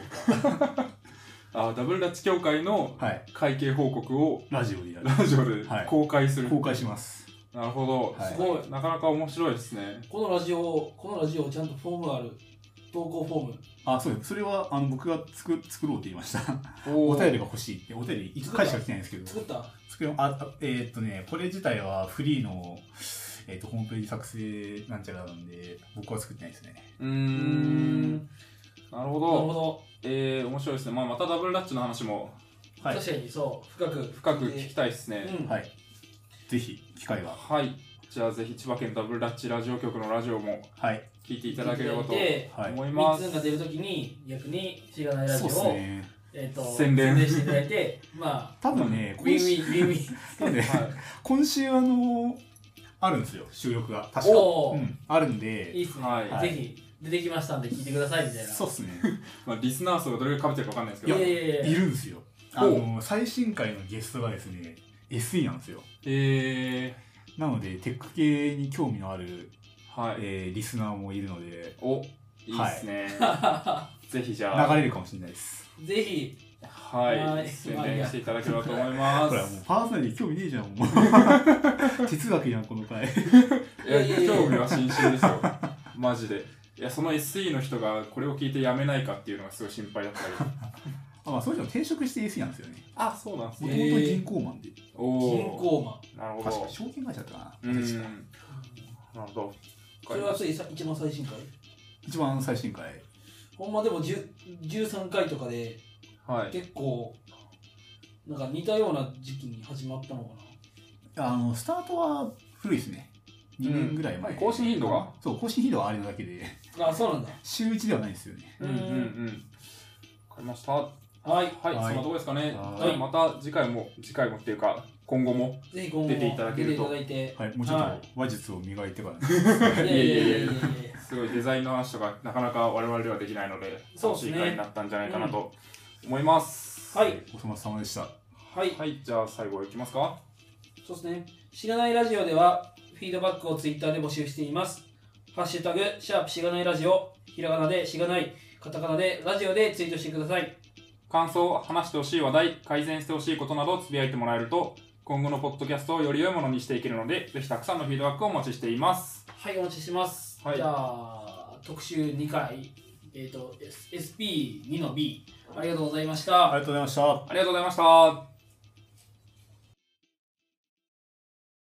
Speaker 2: あダブルダッチ協会の
Speaker 3: 僕ははい。
Speaker 2: 会計報告を
Speaker 3: ラジオでやる。
Speaker 2: ラジオで
Speaker 3: はい
Speaker 2: 公開する、
Speaker 3: 公開します。
Speaker 2: なるほど、
Speaker 3: はい
Speaker 2: すごいなかなか面白いですね
Speaker 1: このラジオをこのラジオをちゃんとフォームある投稿フォーム
Speaker 3: あ、そうです。それはあの僕が作作ろうって言いました。
Speaker 2: お
Speaker 3: お
Speaker 2: ー
Speaker 3: 便りが欲しいって。お便り一回しか来てないんですけ
Speaker 1: 作っ
Speaker 3: ど。
Speaker 1: た
Speaker 3: 作るあ、あえーっとね、これ自体はフリーの、えーっとホームページ作成なんちゃらなんで、僕は作ってないですね。
Speaker 2: うー
Speaker 1: うー
Speaker 2: ん
Speaker 1: ん
Speaker 2: な
Speaker 1: なる
Speaker 2: るほど
Speaker 1: ほど
Speaker 2: えー、面白いですね、まあ、またダブルダッチの話も
Speaker 3: はい。
Speaker 1: 確かにそう深く
Speaker 2: 深く聞きたいですね、
Speaker 1: うん
Speaker 3: はい。ぜひ、機会は。
Speaker 2: はいじゃあぜひ千葉県ダブルダッチラジオ局のラジオも
Speaker 3: はい。
Speaker 2: 聞いてい
Speaker 1: い
Speaker 2: ただければと
Speaker 1: て
Speaker 3: はい。
Speaker 2: 思いま
Speaker 1: 三
Speaker 2: す、
Speaker 1: つが出るときに逆にしがないラジオ
Speaker 3: そうです
Speaker 1: を、
Speaker 3: ね。
Speaker 1: えっ、と
Speaker 2: 宣伝
Speaker 1: していただいてまあ
Speaker 3: 多分 ね、
Speaker 1: ウ
Speaker 3: 今
Speaker 1: ィンウ
Speaker 3: 週、
Speaker 1: ィンウィンウィン
Speaker 3: 多分ね
Speaker 2: はい
Speaker 3: 今週あの、あるんですよ、収録が。確か。
Speaker 1: おお、
Speaker 3: うん、あるんで、
Speaker 1: いいっすね、
Speaker 2: はい
Speaker 1: ぜひ出てきましたんで聞いてくださいみたいな
Speaker 3: そうっすね。
Speaker 2: まあ、リスナー層がどれぐらい被ってるかわかんないですけ
Speaker 1: い
Speaker 2: ど
Speaker 1: やいやい
Speaker 3: い
Speaker 1: や
Speaker 3: るんですよ。あの、最新回のゲストがですね、SE なんですよ。
Speaker 2: え
Speaker 3: なので、テック系に興味のある、
Speaker 2: ー、はい、
Speaker 3: えーリスナーもいるので、
Speaker 2: おいいですね、 ぜひじゃあ
Speaker 3: 流れるかもしれないです。
Speaker 1: ぜひ
Speaker 2: は
Speaker 1: はいい
Speaker 2: 宣伝していただければと思いま
Speaker 3: ほら、もう
Speaker 2: す
Speaker 3: パーソナリティ興味ねえじゃん、も う。哲学じゃん、この回。
Speaker 2: いや
Speaker 1: いやいやいや
Speaker 2: 興味は心身ですよマジでいやその SE の人がこれを聞いてやめないかっていうのがすごい心配だった り
Speaker 3: あまあ、そういうの転職して SE なんですよね。
Speaker 2: あそうなんです
Speaker 3: も
Speaker 1: ね
Speaker 3: ともと銀行マンで。
Speaker 2: お
Speaker 1: 銀
Speaker 2: お
Speaker 1: 行マン
Speaker 2: なるほ
Speaker 3: 確
Speaker 2: ど
Speaker 3: か、証券会社だったかな。
Speaker 2: うーん
Speaker 3: 確
Speaker 2: な
Speaker 3: か
Speaker 2: るほど
Speaker 1: それはついさ一番最新回
Speaker 3: 一番最新回。
Speaker 1: ほんまでも10 13回とかで
Speaker 2: はい
Speaker 1: 結構なんか似たような時期に始まったのか
Speaker 3: あの、スタートは古いですね。2年ぐらい前。
Speaker 2: うん更新頻度が
Speaker 3: そう、更新頻度はあれなだけで、
Speaker 1: なあそうなんだ
Speaker 3: 週1ではないですよね。
Speaker 2: うんうんうんわかりましたは
Speaker 1: はい
Speaker 2: い、
Speaker 3: はい
Speaker 2: そんなとこですかね
Speaker 3: はい
Speaker 2: じゃあまた次回も次回もっていうか今後も
Speaker 1: ぜひ今後も
Speaker 2: 出ていただけると
Speaker 1: 出ていただい
Speaker 3: はい、もうちょっ
Speaker 1: は
Speaker 3: と話術を磨い てから、ね、
Speaker 1: て、いやいやいやいやいや
Speaker 2: すごいデザインの話とかなかなか我々ではできないので
Speaker 1: そう
Speaker 2: 楽し
Speaker 1: ですね
Speaker 2: い回になったんじゃないかなと思います、
Speaker 1: はい
Speaker 3: お粗末様でした。
Speaker 1: はい
Speaker 2: はい、じゃあ最後いきますか
Speaker 1: そうですね。しがないラジオでは、フィードバックをツイッターで募集しています。ハッシュタグ、シャープしがないラジオ、ひらがなでしがない、カタカナでラジオでツイートしてください。
Speaker 2: 感想、話してほしい話題、改善してほしいことなどつぶやいてもらえると、今後のポッドキャストをより良いものにしていけるので、ぜひたくさんのフィードバックをお待ちしています。
Speaker 1: はい、お待ちしてます。
Speaker 2: はい
Speaker 1: じゃあ、特集2回、えっ、と、S- SP2 の B、ありがとうございました。
Speaker 3: ありがとうございました。
Speaker 2: ありがとうございました。